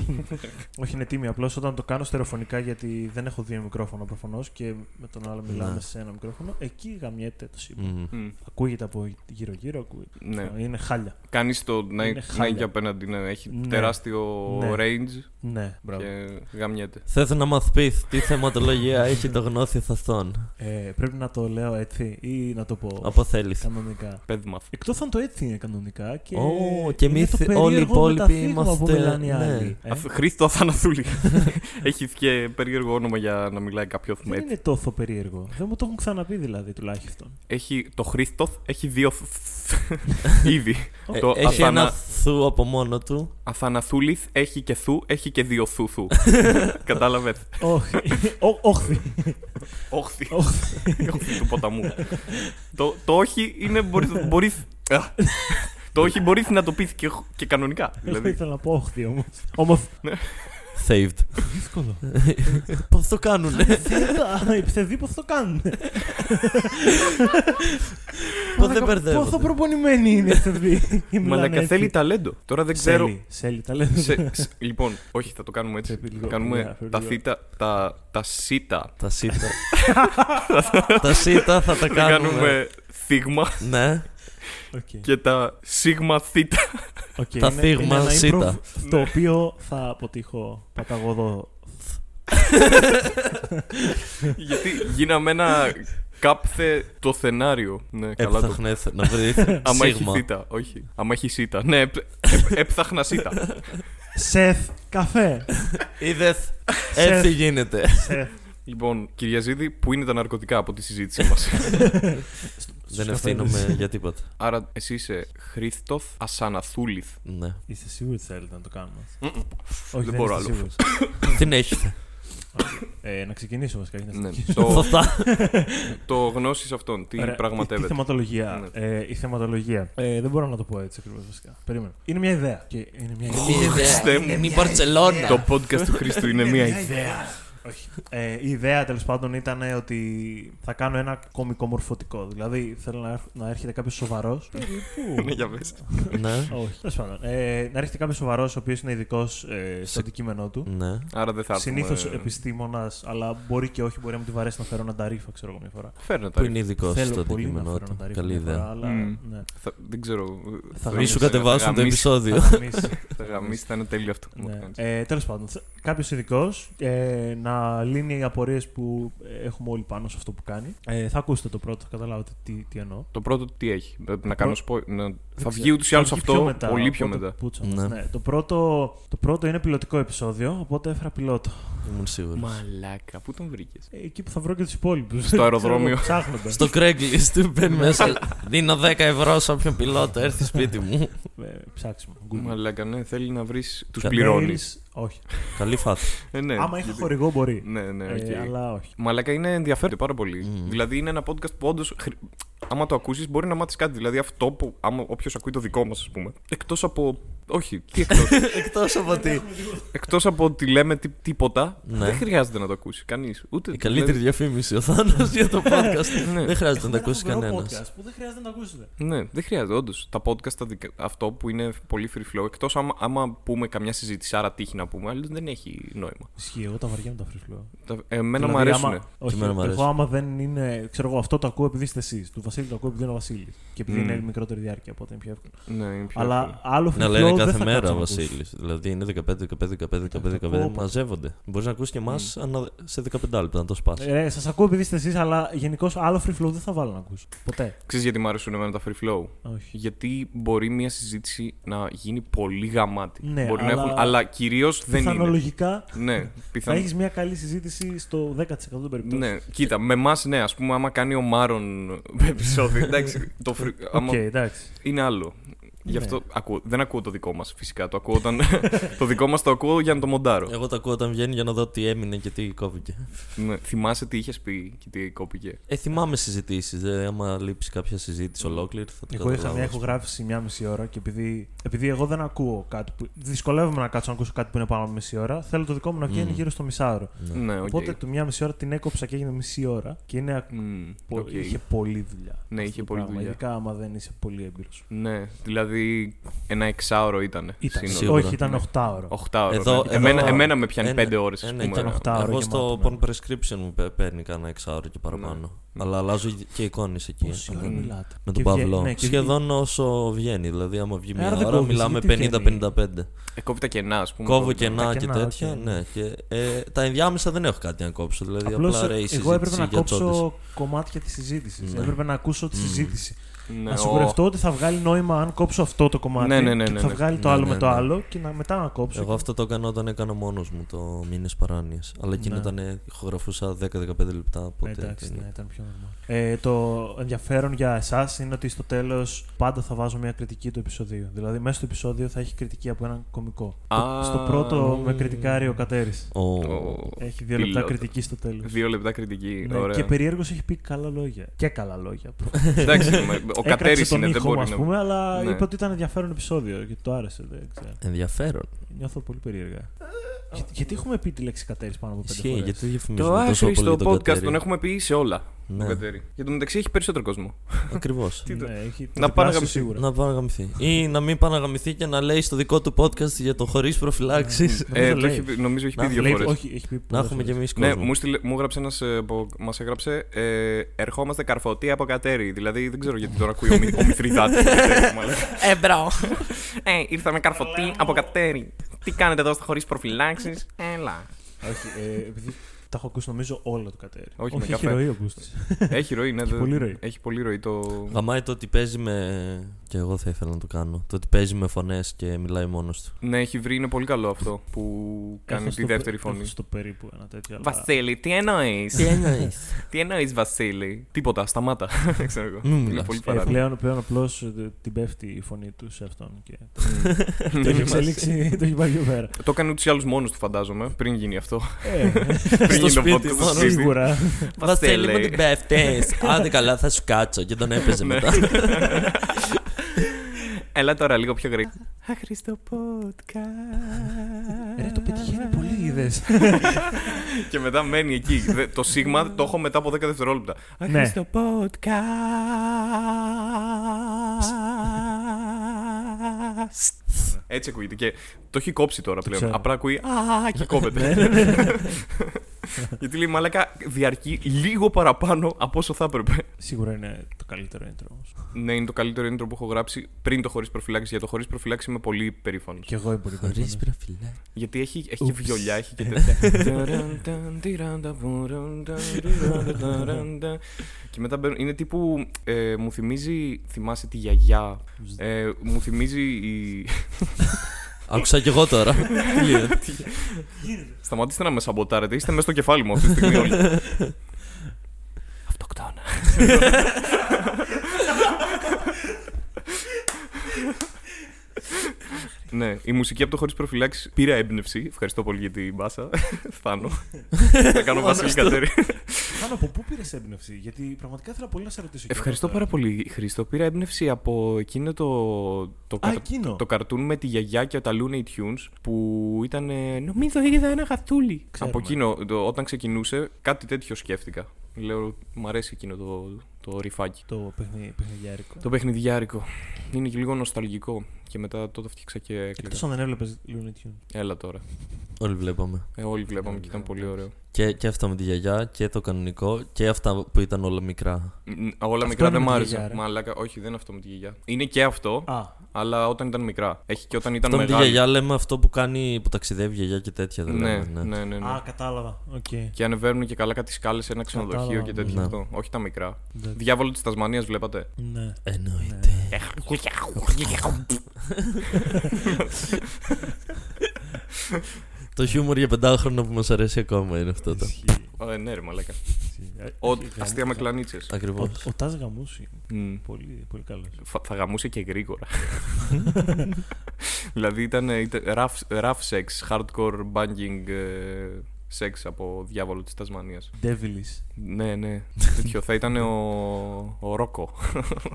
Speaker 4: Όχι, είναι τίμιο. Απλώς όταν το κάνω στερεοφωνικά, γιατί δεν έχω δύο μικρόφωνα προφανώς και με τον άλλο μιλάμε
Speaker 3: Ναι.
Speaker 4: σε ένα μικρόφωνο, εκεί γαμιέται το σήμα.
Speaker 3: Μμ.
Speaker 1: Μμ,
Speaker 4: Ακούγεται από γύρω-γύρω, ακούγεται.
Speaker 1: Ναι.
Speaker 4: Είναι χάλια.
Speaker 1: Κάνει το να
Speaker 4: Είναι
Speaker 1: χάει
Speaker 4: χάλια.
Speaker 1: και απέναντι, ναι, έχει
Speaker 4: Ναι.
Speaker 1: τεράστιο
Speaker 4: Ναι.
Speaker 1: range.
Speaker 4: Ναι. Ναι, μπράβο.
Speaker 1: Και γαμιέται.
Speaker 3: Θα ήθελα να μας πεις τι θεματολογία έχει το γνώθιθ αυτόν.
Speaker 4: Ε, πρέπει να το λέω έτσι ή να το πω
Speaker 3: Από θέλεις.
Speaker 4: κανονικά.
Speaker 1: Παιδμαθ.
Speaker 4: Εκτός αν το έτσι είναι κανονικά και.
Speaker 3: Ω, και εμείς
Speaker 4: είναι το
Speaker 3: όλοι οι
Speaker 4: περίεργο
Speaker 3: υπόλοιποι
Speaker 4: μεταθήγμα που
Speaker 3: είμαστε-
Speaker 4: μιλάνε οι
Speaker 3: ναι.
Speaker 4: άλλοι, ε.
Speaker 1: Αφ- Χρήστο Αθανασούλη. Έχει και περίεργο όνομα για να μιλάει κάποιος
Speaker 4: Δεν
Speaker 1: θμέτη.
Speaker 4: είναι τόθο περίεργο. Δεν μου το έχουν ξαναπεί δηλαδή τουλάχιστον.
Speaker 1: Έχει, το Χρήστος έχει δύο θ- είδη.
Speaker 3: Ε,
Speaker 1: το
Speaker 3: έχει
Speaker 1: Αθανα...
Speaker 3: ένα θου από μόνο του.
Speaker 1: Αθανασούλης έχει και θου, έχει και δύο θου θου. Κατάλαβες.
Speaker 4: Όχι. Ω- Όχι.
Speaker 1: Όχθη. Όχθη του ποταμού. το, το όχι είναι μπορείς, μπορείς- Α. το όχι μπορείς να το πεις και, και κανονικά.
Speaker 4: Εγώ
Speaker 1: δηλαδή.
Speaker 4: ήθελα να πω όχθη όμως. Όμως.
Speaker 3: Saved.
Speaker 4: Δύσκολο.
Speaker 3: Πώς το
Speaker 4: ναι,
Speaker 3: κάνουνε.
Speaker 4: Επιθεδεί πώς το κάνουν.
Speaker 3: Πώς δεν μπερδεύονται.
Speaker 4: Πόσο προπονημένοι είναι οι επιθεδοί.
Speaker 1: Μαλακα θέλει ταλέντο. Τώρα δεν ξέρω.
Speaker 4: Σέλι, τα λέμε.
Speaker 1: Σε- σε- λοιπόν, όχι, θα το κάνουμε έτσι.
Speaker 4: Πρέπει λίγο,
Speaker 1: Θα κάνουμε
Speaker 4: παιδιά, πρέπει
Speaker 1: τα
Speaker 4: λίγο.
Speaker 1: θήτα, τα, τα σίτα.
Speaker 3: Τα σίτα. τα σίτα θα τα
Speaker 1: Θα
Speaker 3: κάνουμε.
Speaker 1: κάνουμε θίγμα
Speaker 3: ναι.
Speaker 4: Οκ.
Speaker 1: και τα σίγμα θήτα.
Speaker 4: Οκ,
Speaker 3: Τα
Speaker 4: είναι-
Speaker 3: θύγμα
Speaker 4: είναι ένα
Speaker 3: σίτα.
Speaker 4: improv Το οποίο θα αποτύχω παταγωδό.
Speaker 1: Γιατί γίναμε ένα κάπθε το θενάριο. Ναι, καλά το
Speaker 3: Έψαχνες να βρεις
Speaker 1: Άμα έχει
Speaker 3: σίγμα.
Speaker 1: θήτα, όχι. Άμα έχει σίτα. Ναι, επ- επ- έψαχνα σίτα.
Speaker 4: Σεφ, καφέ.
Speaker 3: Είδες, έτσι
Speaker 4: Σεφ.
Speaker 3: γίνεται.
Speaker 4: Σεφ.
Speaker 1: λοιπόν, Κυριαζίδη, που είναι τα ναρκωτικά από τη συζήτησή μας.
Speaker 3: Δεν
Speaker 4: καφέδες.
Speaker 3: ευθύνομαι για τίποτα.
Speaker 1: Άρα, εσύ είσαι Χρήστοθ Ασαναθούληθ.
Speaker 3: Ναι.
Speaker 4: Είστε σίγουροι ότι θέλετε να το κάνουμε.
Speaker 1: Δεν
Speaker 4: Όχι, δεν
Speaker 1: μπορώ
Speaker 4: είστε
Speaker 1: άλλο.
Speaker 4: σίγουροι.
Speaker 3: Την έχετε.
Speaker 4: Ε, Να ξεκινήσουμε βασικά. γιατί να
Speaker 1: ναι.
Speaker 4: συνεχίσουμε.
Speaker 1: το,
Speaker 3: Σωστά.
Speaker 1: το γνώση αυτόν, τι
Speaker 4: Ωραία, Η, η
Speaker 1: πραγματεύεται. Ναι.
Speaker 4: θεματολογία. Ε, η θεματολογία. Ε, δεν μπορώ να το πω έτσι ακριβώς βασικά. Περίμενα. Είναι μια ιδέα. Και είναι μια ιδέα.
Speaker 1: Χριστέ μου.
Speaker 3: Είναι η Μπαρτσελώνα.
Speaker 1: Το podcast του Χρήστου είναι μία
Speaker 4: Ναι,
Speaker 1: ιδέα.
Speaker 4: Όχι. Ε, η ιδέα τέλος πάντων ήταν ε, ότι θα κάνω ένα κωμικομορφωτικό. Δηλαδή θέλω να, έρχ- να έρχεται κάποιος σοβαρός.
Speaker 1: Ναι, για πες.
Speaker 3: Ναι.
Speaker 4: Όχι. Τέλος πάντων. Ε, να έρχεται κάποιος σοβαρός ο οποίος είναι ειδικός ε, στο αντικείμενό του.
Speaker 3: Ναι.
Speaker 1: Άρα δεν θα έρθουμε.
Speaker 4: Συνήθως επιστήμονας, αλλά μπορεί και όχι, μπορεί να μου τη βαρέσει να φέρω έναν ταρίφα, ξέρω εγώ μια φορά.
Speaker 1: Φέρνε τα.
Speaker 3: Που είναι ειδικός στο
Speaker 4: Θέλω πολύ να
Speaker 3: αντικείμενό
Speaker 4: φέρω έναν
Speaker 3: του.
Speaker 4: ταρίφα.
Speaker 3: Καλή
Speaker 4: μια φορά,
Speaker 3: ιδέα.
Speaker 4: Αλλά,
Speaker 1: Μμμ.
Speaker 4: ναι.
Speaker 1: Θα- δεν ξέρω.
Speaker 4: Θα
Speaker 3: Μη
Speaker 4: γαμίσω,
Speaker 3: σου κατεβάσουν το επεισόδιο.
Speaker 4: Θα γαμίσει.
Speaker 1: Θα γαμίσει, θα είναι τέλειο αυτό. που
Speaker 4: Ναι.
Speaker 1: κάνεις.
Speaker 4: Ε, Τέλος πάντων, κάποιος ειδικός ε, να λύνει οι απορίες που ε, έχουμε όλοι πάνω σε αυτό που κάνει. Ε, θα ακούσετε το πρώτο, θα καταλάβετε τι, τι εννοώ.
Speaker 1: Το πρώτο τι έχει. Πρέπει να κάνω spoil. να- Θα
Speaker 4: Δεν
Speaker 1: βγει
Speaker 4: ξέρω.
Speaker 1: ούτως ή άλλως
Speaker 4: Θα βγει
Speaker 1: αυτό
Speaker 4: μετά,
Speaker 1: πολύ πιο
Speaker 4: οπότε
Speaker 1: μετά.
Speaker 4: πούτσα μας.
Speaker 3: Ναι.
Speaker 4: Ναι. Το, πρώτο, το πρώτο είναι πιλωτικό επεισόδιο, οπότε έφερα πιλότο.
Speaker 3: Ήμουν σίγουρος.
Speaker 1: Μαλάκα, πού τον βρήκες.
Speaker 4: Ε, Εκεί που θα βρω και τους υπόλοιπους.
Speaker 1: αεροδρόμιο.
Speaker 4: Ψάχνοντας.
Speaker 3: Στο Craigslist μπαίνει
Speaker 4: Ναι.
Speaker 3: μέσα. Δίνω 10 ευρώ σε όποιον πιλότο έρθει σπίτι μου.
Speaker 4: ε, ψάξιμο. Google.
Speaker 1: Μαλάκα, ναι, θέλει να βρεις. Τους
Speaker 3: Mails.
Speaker 1: πληρώνεις.
Speaker 4: Mails, Όχι.
Speaker 3: Καλή φάση.
Speaker 1: Ε, ναι,
Speaker 4: Άμα είχα
Speaker 1: γιατί-
Speaker 4: χορηγό μπορεί.
Speaker 1: Ναι, ναι,
Speaker 4: Ε,
Speaker 1: οκ.
Speaker 4: αλλά όχι.
Speaker 1: Μαλάκα είναι ενδιαφέρον πάρα πολύ.
Speaker 3: Μμμ.
Speaker 1: Δηλαδή είναι ένα podcast που όντως. Άμα το ακούσεις, μπορεί να μάθεις κάτι. Δηλαδή αυτό που. Άμα όποιος ακούει το δικό μας, ας πούμε. Εκτός από. Όχι, τι εκτός.
Speaker 3: Εκτός από τι.
Speaker 1: εκτός από ότι λέμε τί- τίποτα,
Speaker 3: Ναι.
Speaker 1: δεν χρειάζεται να το ακούσει κανείς. Ούτε.
Speaker 3: Η καλύτερη διαφήμιση ο Θάνος για το podcast.
Speaker 4: Ε,
Speaker 1: Ναι.
Speaker 3: Δεν χρειάζεται να
Speaker 4: Έχουμε
Speaker 3: τα
Speaker 4: ένα
Speaker 3: ακούσει
Speaker 4: φοβερό
Speaker 3: κανένας.
Speaker 4: podcast Που δεν χρειάζεται να το ακούσετε.
Speaker 1: Ναι, δεν χρειάζεται. Όντως, τα podcast τα δικα- αυτό που είναι πολύ free flow, εκτός άμα, άμα πούμε καμιά συζήτηση, άρα τύχει να πούμε, αλλιώς δεν έχει νόημα.
Speaker 4: Ισχύει, εγώ τα βαριάμαι τα free flow.
Speaker 1: Τα- Εμένα μου
Speaker 4: Δηλαδή,
Speaker 1: αρέσουν.
Speaker 4: Άμα, όχι,
Speaker 3: εμένα μου
Speaker 4: εγώ
Speaker 3: αρέσουν.
Speaker 4: άμα δεν είναι. Ξέρω εγώ, αυτό το ακούω επειδή είστε εσείς. Του Βασίλη το ακούω επειδή είναι ο Βασίλης. Και επειδή
Speaker 1: Μμμ.
Speaker 4: είναι μικρότερη διάρκεια, οπότε είναι πιο εύκολο.
Speaker 1: Ναι, είναι Mm. πιο
Speaker 4: Αλλά
Speaker 1: εύκολο.
Speaker 4: άλλο
Speaker 3: Να
Speaker 4: φρικλό
Speaker 3: λένε
Speaker 4: δεν
Speaker 3: κάθε
Speaker 4: θα
Speaker 3: μέρα
Speaker 4: κάτσω
Speaker 3: ο
Speaker 4: να ακούσω.
Speaker 3: Βασίλη. Δηλαδή είναι 15, 15,
Speaker 4: Ε,
Speaker 3: 15, 15, 15. Μαζεύονται. Μπορείς να ακούσεις και εμάς σε 15 λεπτά να το σπάσεις.
Speaker 4: Ε, Σας ακούω επειδή είστε εσείς, αλλά γενικώς άλλο free flow δεν θα βάλω να ακούσω. Ποτέ.
Speaker 1: Ξέρεις γιατί μου αρέσουν εμένα τα free flow.
Speaker 4: Όχι.
Speaker 1: Γιατί μπορεί μια συζήτηση να γίνει πολύ γαμάτη.
Speaker 4: Ναι,
Speaker 1: μπορεί
Speaker 4: αλλά-
Speaker 1: να έχουν, αλλά κυρίως δεν είναι.
Speaker 4: Πιθανολογικά
Speaker 1: Ναι,
Speaker 4: θα
Speaker 1: πιθανό.
Speaker 4: έχεις μια καλή συζήτηση στο 10% των περιπτώσεων.
Speaker 1: Ναι, κοίτα, με εμάς, ναι, ας πούμε, άμα κάνει ο Μάρον επεισόδιο. εντάξει, το free... άμα...
Speaker 4: Οκ, εντάξει.
Speaker 1: είναι άλλο. Γι'
Speaker 4: Ναι.
Speaker 1: αυτό ακούω, δεν ακούω το δικό μας φυσικά. Το, ακούω όταν... το δικό μας το ακούω για να το μοντάρω.
Speaker 3: Εγώ τα ακούω όταν βγαίνει για να δω τι έμεινε και τι κόβηκε.
Speaker 1: ναι. Θυμάσαι τι είχες πει και τι κόπηκε.
Speaker 3: Ε, θυμάμαι συζητήσεις. Ε, άμα λείψει κάποια συζήτηση ολόκληρη, θα το
Speaker 4: Ε. Εγώ είχα μια
Speaker 3: καταλάβω.
Speaker 4: ηχογράφηση μια μισή ώρα και επειδή, επειδή εγώ δεν ακούω κάτι που. Δυσκολεύομαι να κάτσω να ακούσω κάτι που είναι πάνω από μισή ώρα. Θέλω το δικό μου να βγαίνει
Speaker 3: Μμμ.
Speaker 4: γύρω στο μισάωρο.
Speaker 3: Ναι.
Speaker 1: Ναι, οκ.
Speaker 4: Οπότε του μια μισή ώρα την έκοψα και έγινε μισή ώρα και είναι ακ-
Speaker 1: Μμμ,
Speaker 4: πο-
Speaker 1: οκ.
Speaker 4: είχε πολλή δουλειά.
Speaker 1: Ναι,
Speaker 4: αυτό
Speaker 1: είχε
Speaker 4: το
Speaker 1: πολλή
Speaker 4: πράγμα,
Speaker 1: δουλειά.
Speaker 4: Ειδικά άμα δεν είσαι πολύ έμπειρος.
Speaker 1: Ναι, δηλαδή Δηλαδή ένα εξάωρο ήταν.
Speaker 4: Ήταν,
Speaker 1: σύνολο.
Speaker 3: Σίγουρα.
Speaker 4: όχι, ήταν 8 ώρο.
Speaker 1: 8 ώρε.
Speaker 3: Εδώ-
Speaker 1: ναι. εμένα,
Speaker 3: εδώ-
Speaker 1: εμένα με πιάνει
Speaker 3: ένα-
Speaker 1: 5 ώρες, ας
Speaker 3: ένα-
Speaker 1: πούμε.
Speaker 3: ήταν
Speaker 4: οκτώ. Επτάωρο
Speaker 3: Εγώ στο
Speaker 4: γεμάτο,
Speaker 3: porn prescription μου πε- παίρνει κανένα εξάωρο και
Speaker 1: Ναι.
Speaker 3: παραπάνω. Αλλά αλλάζω και εικόνες εκεί. ε.
Speaker 4: Πόση ώρα μιλάτε.
Speaker 3: Με
Speaker 4: Και
Speaker 3: τον
Speaker 4: βγε-
Speaker 3: Παυλό.
Speaker 4: ναι, και
Speaker 3: Σχεδόν όσο βγαίνει. Δηλαδή, άμα βγει
Speaker 4: Ε,
Speaker 3: μια
Speaker 4: άρα δεν
Speaker 3: ώρα,
Speaker 4: κόβεις,
Speaker 3: μιλάμε
Speaker 4: γιατί βγαίνει.
Speaker 3: 50-55.
Speaker 1: Ε, κόβει τα κενά, ας πούμε.
Speaker 3: Κόβω
Speaker 1: κόβει τα-
Speaker 3: κενά
Speaker 4: τα
Speaker 3: και
Speaker 4: κενά,
Speaker 3: τέτοια.
Speaker 4: οκ.
Speaker 3: Ναι. Και, ε, τα ενδιάμεσα δεν έχω κάτι να κόψω. Δηλαδή,
Speaker 4: Απλώς
Speaker 3: απλά ρέει η
Speaker 4: εγώ έπρεπε
Speaker 3: συζήτηση
Speaker 4: να
Speaker 3: για τσόντες.
Speaker 4: κόψω κομμάτια της συζήτησης.
Speaker 3: Ναι.
Speaker 4: Έπρεπε να ακούσω τη συζήτηση.
Speaker 1: Ναι,
Speaker 4: να
Speaker 1: ο-
Speaker 4: σιγουρευτώ ότι θα βγάλει νόημα αν κόψω αυτό το κομμάτι.
Speaker 1: Ναι, ναι, ναι,
Speaker 4: και
Speaker 1: ναι,
Speaker 4: θα
Speaker 1: ναι.
Speaker 4: βγάλει το
Speaker 3: Ναι,
Speaker 4: άλλο
Speaker 3: ναι,
Speaker 4: με το
Speaker 3: ναι.
Speaker 4: άλλο και να, μετά να κόψω.
Speaker 3: Εγώ αυτό το έκανα όταν έκανα μόνος μου το Μήνες Παράνοια. Αλλά εκείνο
Speaker 4: Ναι.
Speaker 3: ήταν ε, ηχογραφούσα 10-15 λεπτά.
Speaker 4: Ναι,
Speaker 3: Οπότε,
Speaker 4: εντάξει,
Speaker 3: είναι-
Speaker 4: ναι, ήταν πιο normal. Ε, το ενδιαφέρον για εσάς είναι ότι στο τέλος πάντα θα βάζω μια κριτική του επεισοδίου. Δηλαδή, μέσα στο επεισόδιο θα έχει κριτική από έναν κωμικό.
Speaker 1: Α,
Speaker 4: Το- στο πρώτο με κριτικάρει ο Κατέρη.
Speaker 3: Ο-
Speaker 1: ο-
Speaker 4: Έχει δύο λεπτά
Speaker 1: πιλότο.
Speaker 4: κριτική στο τέλος.
Speaker 1: Δύο λεπτά κριτική.
Speaker 4: Ναι,
Speaker 1: ωραία.
Speaker 4: και περίεργος έχει πει καλά λόγια. Και καλά λόγια.
Speaker 1: Εντάξει, ναι, ο
Speaker 4: Έκραξε
Speaker 1: Κατέρης
Speaker 4: τον
Speaker 1: είναι, δεν
Speaker 4: ήχο μου,
Speaker 1: μπορεί
Speaker 4: ας
Speaker 1: να.
Speaker 4: πούμε, αλλά
Speaker 1: Ναι.
Speaker 4: είπε ότι ήταν ενδιαφέρον επεισόδιο και το άρεσε. Δεν ξέρω.
Speaker 3: Ενδιαφέρον.
Speaker 4: Νιώθω πολύ
Speaker 1: Ε,
Speaker 4: περίεργα. Για- γιατί έχουμε πει τη λέξη κατέρι πάνω από πέντε
Speaker 3: Ισχύει,
Speaker 4: φορές.
Speaker 3: γιατί διαφημίζουμε
Speaker 1: Το
Speaker 3: τόσο
Speaker 1: άσχη
Speaker 3: πολύ
Speaker 1: στο
Speaker 3: τον
Speaker 1: podcast
Speaker 3: Κατέρι.
Speaker 1: τον έχουμε πει σε όλα.
Speaker 3: Ναι.
Speaker 1: Ο Κατέρι. Για το μεταξύ έχει περισσότερο κόσμο.
Speaker 3: Ακριβώς.
Speaker 1: Τι το-
Speaker 4: Ναι, έχει το
Speaker 1: Να
Speaker 4: διπλάσιο
Speaker 1: πάνε να
Speaker 4: σίγουρα.
Speaker 3: να πάει να γαμηθεί. Ή να μην πάει να γαμηθεί και να λέει στο δικό του podcast για το χωρίς προφυλάξεις.
Speaker 4: Νομίζω
Speaker 1: Ε, το
Speaker 4: λέει.
Speaker 1: έχει πει- Νομίζω έχει
Speaker 3: Να,
Speaker 1: πει δύο
Speaker 4: Λέει,
Speaker 1: φορές.
Speaker 4: όχι, έχει πει
Speaker 3: να
Speaker 4: πολλές
Speaker 3: έχουμε κι
Speaker 4: φορές.
Speaker 3: εμεί
Speaker 1: Ναι,
Speaker 3: κόσμο.
Speaker 1: μου, στείλε- μου έγραψε ένας που μας έγραψε ε, Ερχόμαστε καρφωτοί από κατέρι. Δηλαδή δεν ξέρω γιατί τώρα ακούει ο, Μη- ο Μηθριδάτη.
Speaker 5: Ε, μπρο.
Speaker 1: ε, ήρθαμε καρφωτοί από κατέρι. Τι κάνετε εδώ χωρίς προφυλάξεις. Έλα.
Speaker 4: Όχι, ε, επειδή τα έχω ακούσει νομίζω όλα του κατέρι.
Speaker 1: Όχι, με
Speaker 4: έχει
Speaker 1: καφέ.
Speaker 4: ροή ακούστης.
Speaker 1: Έχει ροή, ναι.
Speaker 4: Έχει
Speaker 1: δεν-
Speaker 4: πολύ ροή.
Speaker 1: Έχει πολύ ροή το.
Speaker 3: Γαμάει το ότι παίζει με. και εγώ θα ήθελα να το κάνω. Το ότι παίζει με φωνές και μιλάει μόνος του.
Speaker 1: Ναι, έχει βρει, είναι πολύ καλό αυτό που κάνει
Speaker 4: Έχω
Speaker 1: τη
Speaker 4: στο
Speaker 1: δεύτερη
Speaker 4: πε- έχω
Speaker 1: φωνή.
Speaker 4: στο περίπου ένα τέτοιο. αλλά-
Speaker 1: Βασίλη, τι εννοείς.
Speaker 4: ε-
Speaker 3: εννοείς.
Speaker 1: Τι εννοείς, Βασίλη. Τίποτα, σταμάτα. Δεν ξέρω εγώ.
Speaker 3: Μην
Speaker 1: Είναι
Speaker 3: μιλάς.
Speaker 1: πολύ
Speaker 3: Ε,
Speaker 4: Ε,
Speaker 1: παράδειγμα.
Speaker 4: πλέον, πλέον απλώς την πέφτει η φωνή του σε αυτόν και Ε, το έχει εξελίξει, το έχει πάει πιο πέρα.
Speaker 1: Το έκανε ούτως ή άλλως μόνος του, φαντάζομαι, πριν γίνει αυτό.
Speaker 4: Ε,
Speaker 1: Πριν γίνει το
Speaker 3: σπίτι,
Speaker 1: podcast στο
Speaker 3: μόνο.
Speaker 1: σπίτι.
Speaker 4: Σίγουρα.
Speaker 3: Βασίλη μου
Speaker 1: Βασίλη.
Speaker 3: την πέφτει. Άντε καλά, θα σου κάτσω. Και τον έπαιζε
Speaker 1: Ναι.
Speaker 3: μετά.
Speaker 1: Έλα τώρα λίγο πιο γρήγορα.
Speaker 5: Αχρηστό podcast.
Speaker 1: Ε,
Speaker 4: Ρε, το πετυχαίνει πολύ, είδες.
Speaker 1: και μετά μένει εκεί. Δε- το σίγμα το έχω μετά από 10 δευτερόλεπτα.
Speaker 4: Ναι,
Speaker 5: Αχρηστό podcast.
Speaker 1: Έτσι ακούγεται. Και το έχει κόψει τώρα πλέον.
Speaker 4: ξέρω.
Speaker 1: Απλά ακούει. Α, και κόβεται. Γιατί λέει μαλακά διαρκεί λίγο παραπάνω από όσο θα έπρεπε.
Speaker 4: σίγουρα είναι το καλύτερο intro όμως.
Speaker 1: Ναι, είναι το καλύτερο intro που έχω γράψει πριν το χωρίς προφυλάξη. Για το χωρίς προφυλάξη είμαι πολύ περήφανος.
Speaker 4: Κι εγώ είμαι πολύ
Speaker 3: Χωρίς
Speaker 4: περήφανος.
Speaker 3: προφυλάξεις.
Speaker 1: Γιατί έχει, έχει και βιολιά, έχει και τέτοια. και μετά μπαίνουν. Είναι τύπου. ε, μου θυμίζει. Θυμάσαι τη γιαγιά. Ε, μου θυμίζει. Η...
Speaker 3: Άκουσα κι εγώ τώρα. Τι λέει.
Speaker 1: Σταματήστε να με σαμποτάρετε. Είστε μέσα στο κεφάλι μου αυτή τη στιγμή όλοι. Αυτοκτόνα. ναι, η μουσική από το χωρίς προφυλάξεις πήρα έμπνευση. Ευχαριστώ πολύ για την μπάσα. Θάνω. Θα κάνω Βασίλη Κατέρη.
Speaker 4: Χάνω, από πού πήρες έμπνευση, γιατί πραγματικά ήθελα πολύ να σε ρωτήσω.
Speaker 1: Ευχαριστώ
Speaker 4: και εγώ
Speaker 1: πάρα
Speaker 4: τώρα.
Speaker 1: πολύ, Χρήστο. Πήρα έμπνευση από εκείνο το, το,
Speaker 4: Α,
Speaker 1: καρ-
Speaker 4: εκείνο.
Speaker 1: το καρτούν με τη γιαγιά και τα Looney Tunes που ήταν. ε, Νομίζω είδα ένα γατούλι.
Speaker 4: Ξέρουμε.
Speaker 1: Από εκείνο, το- όταν ξεκινούσε, κάτι τέτοιο σκέφτηκα. Λέω, μ' αρέσει εκείνο το, το ρηφάκι.
Speaker 4: Το παιχνι, παιχνιδιάρικο.
Speaker 1: Το παιχνιδιάρικο. Είναι και λίγο νοσταλγικό. Και μετά τότε φτιάξα και έκλαιγα.
Speaker 4: Εκτός αν δεν έβλεπες Looney Tunes.
Speaker 1: Έλα τώρα.
Speaker 3: Όλοι βλέπαμε.
Speaker 1: Ε, όλοι βλέπαμε και
Speaker 4: Ναι,
Speaker 1: ήταν πολύ ωραίο.
Speaker 3: Και, και αυτό με τη γιαγιά και το κανονικό και αυτά που ήταν όλα μικρά.
Speaker 1: Μ, μ, Όλα
Speaker 4: Αυτό
Speaker 1: μικρά
Speaker 4: είναι
Speaker 1: δεν
Speaker 4: με
Speaker 1: μ'
Speaker 4: τη
Speaker 1: άρεσαν.
Speaker 4: γιαγιά, ρε.
Speaker 1: Μαλάκα, όχι, δεν είναι αυτό με τη γιαγιά. Είναι και αυτό,
Speaker 4: Α,
Speaker 1: αλλά όταν ήταν μικρά. Έχει και όταν ήταν
Speaker 3: Αυτό με τη
Speaker 1: μεγάλη.
Speaker 3: γιαγιά λέμε αυτό που κάνει που ταξιδεύει η γιαγιά και τέτοια. Δεν
Speaker 1: Ναι,
Speaker 3: λέμε,
Speaker 1: ναι, ναι. ναι.
Speaker 4: α, κατάλαβα. Οκ.
Speaker 1: Και ανεβαίνουν και καλά κάτι σκάλες σε ένα ξενοδοχείο
Speaker 4: Κατάλαβα.
Speaker 1: και τέτοιο
Speaker 3: Ναι.
Speaker 1: αυτό. Όχι τα μικρά.
Speaker 4: Εντάξει.
Speaker 1: Διάβολο της Τασμανίας βλέπατε.
Speaker 4: Ναι.
Speaker 3: Εννοείται. Το χιούμορ για πεντάχρονο που μας αρέσει ακόμα είναι αυτό. Το.
Speaker 4: Ισχύει.
Speaker 1: Ε, ναι, ρε μαλάκα.
Speaker 4: Ισχύει.
Speaker 1: Ο,
Speaker 4: Ισχύει.
Speaker 1: αστεία με κλανίτσες.
Speaker 4: Ο,
Speaker 3: Ακριβώς.
Speaker 4: ο Τάζ Γαμούση. Πολύ, πολύ καλός.
Speaker 1: Θα γαμούσε και γρήγορα. δηλαδή ήταν, ήταν rough, rough sex, hardcore banging. ε, σεξ από διάβολο της Τασμανίας.
Speaker 4: Devilish.
Speaker 1: Ναι, ναι. Τέτοιο θα ήταν ο, ο Ρόκο.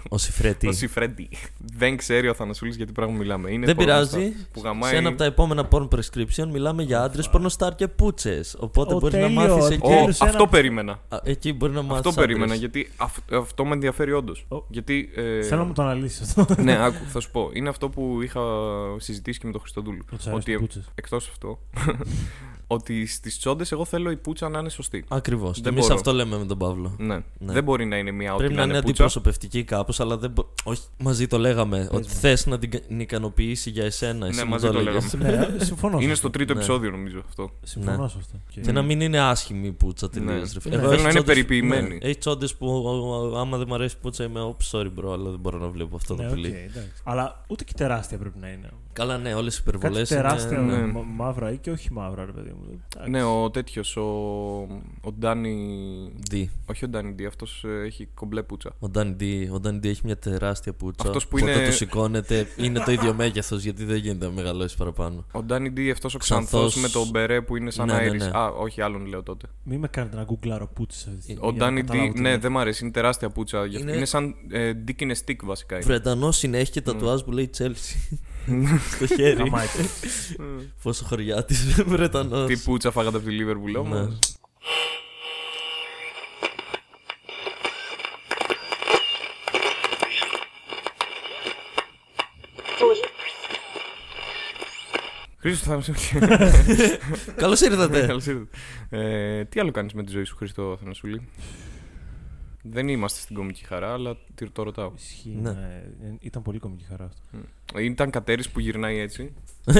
Speaker 3: Ο Σιφρέτη.
Speaker 1: Ο Σιφρέντι. Δεν ξέρει ο Θανασούλης γιατί πράγμα μιλάμε. Είναι
Speaker 3: Δεν
Speaker 1: πορνόστα
Speaker 3: πειράζει.
Speaker 1: Που γαμάει...
Speaker 3: Σε ένα από τα επόμενα porn prescription μιλάμε για άντρες, πορνοστάρ και πούτσες. Οπότε
Speaker 4: Ω,
Speaker 3: μπορεί να
Speaker 4: τέλειο.
Speaker 3: μάθει εκεί.
Speaker 1: Ω,
Speaker 4: Τέλος, ένα-
Speaker 1: αυτό περίμενα.
Speaker 3: Α, Εκεί μπορεί να μάθει.
Speaker 1: Αυτό περίμενα γιατί αυ- αυτό με ενδιαφέρει όντως.
Speaker 4: Ω.
Speaker 1: Γιατί. ε,
Speaker 4: Θέλω να μου το αναλύσεις αυτό.
Speaker 1: ναι, άκου, θα σου πω. Είναι αυτό που είχα συζητήσει και με τον Χριστοδούλου. Ότι εκτός αυτό. ότι στις τσόντες εγώ θέλω η πούτσα να είναι σωστή.
Speaker 3: Ακριβώς.
Speaker 1: Δεν
Speaker 3: Και εμείς
Speaker 1: μπορώ.
Speaker 3: αυτό λέμε με τον Παύλο.
Speaker 1: Ναι.
Speaker 3: Ναι.
Speaker 1: Δεν μπορεί να είναι μια ότι
Speaker 3: Πρέπει να είναι
Speaker 1: πούτσα.
Speaker 3: αντιπροσωπευτική κάπως, αλλά δεν. μπο- Όχι, μαζί το λέγαμε. Ότι θες να την κα- ικανοποιήσει για εσένα. εσύ μου
Speaker 1: Ναι, μαζί το
Speaker 3: έλεγες.
Speaker 1: λέγαμε.
Speaker 4: Ναι, συμφωνώ. σε
Speaker 1: Είναι
Speaker 4: αυτό.
Speaker 1: στο τρίτο
Speaker 3: Ναι.
Speaker 1: επεισόδιο νομίζω αυτό.
Speaker 4: Συμφωνώ σε αυτό.
Speaker 3: Και Ναι. να μην είναι άσχημη η πούτσα τελείω.
Speaker 1: Ναι.
Speaker 3: Ναι.
Speaker 1: Ναι. Θέλω να είναι περιποιημένη.
Speaker 3: Έχει τσόντες που ο, άμα δεν μου αρέσει η πούτσα είμαι «Ωπ, sorry bro, αλλά δεν μπορώ να βλέπω αυτό το
Speaker 4: Ναι,
Speaker 3: φιλί.
Speaker 4: οκ, εντάξει. Αλλά ούτε και τεράστια πρέπει να είναι.
Speaker 3: Καλά, ναι, όλες οι υπερβολέ.
Speaker 4: Κάτι τεράστια
Speaker 1: ναι.
Speaker 4: μα- μαύρα ή και όχι μαύρα, ρε παιδί μου. Εντάξει.
Speaker 1: Ναι, ο τέτοιος, ο, ο Ντάνι. Όχι ο Ντάνι Ντι, αυτό έχει κομπλέ πούτσα.
Speaker 3: Ο Danny D, ο Danny D έχει μια τεράστια πούτσα.
Speaker 1: Αυτός που
Speaker 3: οπότε
Speaker 1: είναι-
Speaker 3: του σηκώνεται, είναι το ίδιο μέγεθος γιατί δεν γίνεται να μεγαλώσει παραπάνω.
Speaker 1: Ο Ντάνι Ντι, αυτός ο
Speaker 3: Ξανθός.
Speaker 1: ξανθός με τον μπερέ που είναι σαν
Speaker 3: Ναι, ναι,
Speaker 1: αέρις.
Speaker 3: ναι.
Speaker 1: Α, όχι, άλλον λέω τότε.
Speaker 4: Μη με κάνετε να γκουγκλάρω πούτσε αυτή τη στιγμή.
Speaker 1: Ο
Speaker 4: για να
Speaker 1: Ντάνι
Speaker 4: καταλάβω
Speaker 1: Ντι,
Speaker 4: τι
Speaker 1: ναι,
Speaker 4: λέω.
Speaker 1: δεν μ' αρέσει, είναι τεράστια πούτσα. γι' αυτό.
Speaker 3: Είναι-
Speaker 1: Είναι σαν ε, Dick in a Stick βασικά. είναι.
Speaker 3: Βρετανό είναι, έχει και
Speaker 1: ε,
Speaker 3: τατουάζ που λέει Chelsea
Speaker 1: Ναι.
Speaker 3: στο χέρι.
Speaker 4: Αμάει, τι.
Speaker 3: Πόσο χωριά τη Βρετανός.
Speaker 1: Τι πούτσα φάγατε από τη
Speaker 3: Ναι.
Speaker 1: Λίβερπουλ όμως. Χρήστο, θα μας-
Speaker 3: Καλώς ήρθατε.
Speaker 1: Καλώς ήρθατε. Ε, Τι άλλο κάνεις με τη ζωή σου, Χρήστο Θανασούλη. Δεν είμαστε στην κομική χαρά, αλλά τι- το ρωτάω.
Speaker 4: Ισχύει.
Speaker 3: Ναι.
Speaker 4: ναι. Ε, Ήταν πολύ κομική χαρά αυτό.
Speaker 1: Ήταν κατέρι που γυρνάει έτσι. και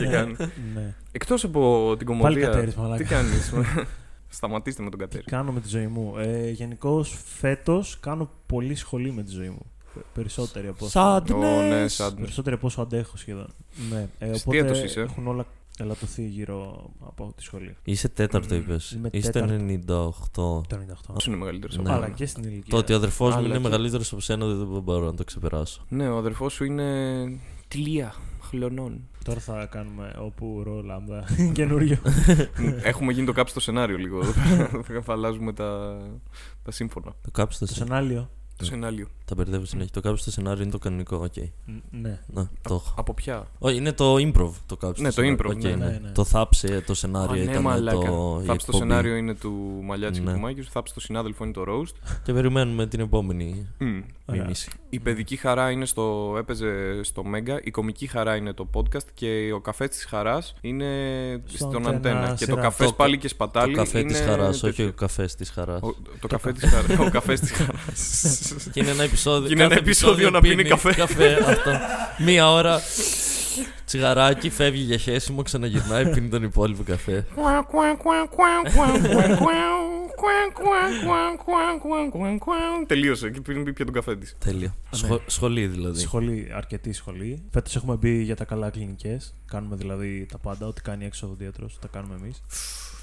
Speaker 4: Ναι,
Speaker 1: κάνει.
Speaker 4: ναι.
Speaker 1: Εκτός από την κομμωδία.
Speaker 4: Πάλι κατέρι,
Speaker 1: Τι
Speaker 4: μαλάκα.
Speaker 1: κάνεις. Σταματήστε με τον
Speaker 4: Τι
Speaker 1: κατέρι.
Speaker 4: κάνω με τη ζωή μου. Ε, Γενικώς φέτος κάνω πολύ σχολή με τη ζωή μου. Πε- Περισσότερη από όσο.
Speaker 1: Ω, ναι,
Speaker 3: Sadness.
Speaker 1: σαν.
Speaker 4: Περισσότερη από όσο αντέχω σχεδόν. Ναι. Ε,
Speaker 1: Στη
Speaker 4: οπότε
Speaker 1: έτος είσαι.
Speaker 4: έχουν όλα ελαττωθεί γύρω από τη σχολή.
Speaker 3: Είσαι τέταρτο, είπες.
Speaker 4: Είμαι
Speaker 3: Είσαι το
Speaker 4: τέταρτο.
Speaker 3: 98.
Speaker 4: Το 98.
Speaker 1: Ποιο είναι μεγαλύτερος
Speaker 3: Ναι.
Speaker 1: από
Speaker 4: Αλλά
Speaker 1: μένα.
Speaker 4: και στην ηλικία.
Speaker 3: Το ότι ο αδερφός μου
Speaker 1: Αλλά
Speaker 3: είναι
Speaker 1: και-
Speaker 3: μεγαλύτερος από σένα δεν δεν μπορώ να το ξεπεράσω.
Speaker 1: Ναι, ο αδερφός σου είναι. Τηλεία χλωνών.
Speaker 4: Τώρα θα κάνουμε όπου ρο λάμδα καινούριο.
Speaker 1: Έχουμε γίνει το κάψι στο σενάριο λίγο. Θα φαλάζουμε τα, τα σύμφωνα.
Speaker 3: Το κάψι στο
Speaker 4: το
Speaker 3: σενάριο.
Speaker 4: σενάριο.
Speaker 1: Το
Speaker 3: Ναι.
Speaker 1: σενάριο.
Speaker 3: Τα μπερδεύω συνέχεια. Το κάψι στο σενάριο είναι το κανονικό. Οκ.
Speaker 4: Ναι.
Speaker 3: Να, το έχω.
Speaker 1: Από ποια.
Speaker 3: Ω, είναι το improv το κάψι.
Speaker 1: Ναι,
Speaker 3: στο
Speaker 1: το
Speaker 3: σενάριο.
Speaker 1: improv,
Speaker 3: Οκ,
Speaker 1: ναι,
Speaker 4: ναι, ναι.
Speaker 3: Το θάψε το σενάριο.
Speaker 1: Α, ναι,
Speaker 3: ήταν
Speaker 1: μαλάκα.
Speaker 3: το... η
Speaker 1: Θάψ το
Speaker 3: εκπομπή.
Speaker 1: σενάριο είναι του Μαλιάτση και
Speaker 3: Ναι.
Speaker 1: του Μάγκιου. Θάψ το συνάδελφο είναι το roast.
Speaker 3: Και περιμένουμε την επόμενη
Speaker 1: Μμ.
Speaker 4: Ωραία.
Speaker 3: μίμηση.
Speaker 1: Mm. Η παιδική χαρά είναι στο. έπαιζε στο Μέγκα. Η κομική χαρά είναι το podcast. Και ο καφέ της χαράς είναι
Speaker 4: Στον
Speaker 1: στον
Speaker 4: Αντένα
Speaker 1: Αντένα. Και το
Speaker 4: σειρά.
Speaker 1: καφέ
Speaker 3: Το-
Speaker 1: πάλι και σπατάλι.
Speaker 3: Το καφέ τη
Speaker 1: είναι
Speaker 3: χαράς, όχι
Speaker 1: τέτοιο.
Speaker 3: ο καφές της χαράς.
Speaker 1: Ο- Το καφέ της χαράς. Ο καφές της χαράς.
Speaker 3: Και είναι ένα επεισόδιο.
Speaker 1: Και είναι ένα
Speaker 3: κάθε
Speaker 1: επεισόδιο να πίνει καφέ.
Speaker 3: αυτό. Μία ώρα τσιγαράκι, φεύγει για χέσιμο, ξαναγυρνάει, πίνει τον υπόλοιπο καφέ.
Speaker 1: Τελείωσε και πριν πει πια τον καφέ της.
Speaker 3: Τέλεια.
Speaker 1: ναι.
Speaker 3: Σχο- Σχολή δηλαδή.
Speaker 4: Σχολή, αρκετή σχολή. Φέτος έχουμε μπει για τα καλά κλινικές. Κάνουμε δηλαδή τα πάντα. Ό,τι κάνει έξω ο δίατρο, τα κάνουμε εμείς.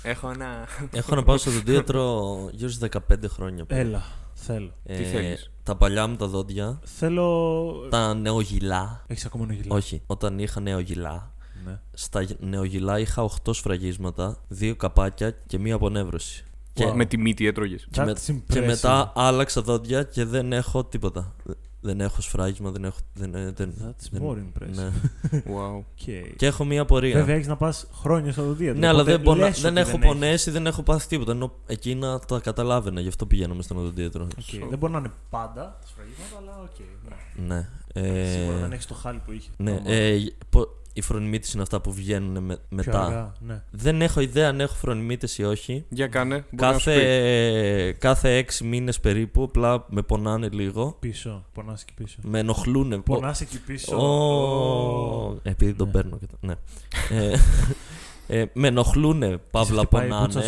Speaker 1: Έχω ένα.
Speaker 3: Έχω να πάω στο δοντίατρο γύρω στα 15 χρόνια.
Speaker 4: Έλα, θέλω.
Speaker 3: Ε,
Speaker 1: Τι θέλεις?
Speaker 3: Τα παλιά μου τα δόντια,
Speaker 4: Θέλω.
Speaker 3: τα νεογυλά.
Speaker 4: Έχεις ακόμα ένα γυλάκι.
Speaker 3: Όχι, όταν είχα νεογυλά.
Speaker 4: Ναι.
Speaker 3: Στα γε- νεογυλά είχα 8 σφραγίσματα, 2 καπάκια και μία απονεύρωση. Και,
Speaker 4: Wow.
Speaker 1: Με τη μύτη έτρωγες.
Speaker 3: και, με-
Speaker 4: That's
Speaker 3: και
Speaker 4: impressive.
Speaker 3: μετά άλλαξα δόντια και δεν έχω τίποτα. Δε- Δεν έχω σφράγισμα, δεν έχω. Δεν, ε, δεν,
Speaker 4: That's
Speaker 3: δεν-
Speaker 4: more impressive.
Speaker 3: ναι.
Speaker 1: Wow.
Speaker 4: Okay.
Speaker 3: Και έχω μία πορεία.
Speaker 4: Βέβαια, έχεις να πας χρόνια στο δίατρο.
Speaker 3: Ναι, αλλά
Speaker 4: οπότε
Speaker 3: δεν, πονά-
Speaker 4: λες
Speaker 3: δεν
Speaker 4: ότι
Speaker 3: έχω
Speaker 4: έχεις.
Speaker 3: πονέσει, δεν έχω πάθει τίποτα. Ενώ εκείνα τα καταλάβαινα, γι' αυτό πηγαίναμε στον οδοντίατρο.
Speaker 4: Οκ, Δεν μπορεί να είναι πάντα τα σφραγίσματα, αλλά οκ. ναι.
Speaker 3: Ναι. Ε,
Speaker 4: Σίγουρα δεν έχεις το χάλι που είχε.
Speaker 3: ναι.
Speaker 4: Άμα-
Speaker 3: Ε, πο- οι φρονιμίτες είναι αυτά που βγαίνουν με-
Speaker 4: πιο
Speaker 3: μετά.
Speaker 4: αργά, ναι.
Speaker 3: Δεν έχω ιδέα αν έχω φρονιμίτες ή όχι.
Speaker 1: Για κάνε. μπορεί να σου πει.
Speaker 3: Κάθε, κάθε έξι μήνες περίπου, απλά με πονάνε λίγο.
Speaker 4: Πίσω. Πονάς και πίσω.
Speaker 3: Με ενοχλούν.
Speaker 4: Πονάς εκεί πίσω.
Speaker 3: Ω, Επειδή τον
Speaker 4: Ναι.
Speaker 3: παίρνω και το... Ναι. Ε, ε, με ενοχλούν, παύλα πονάνε.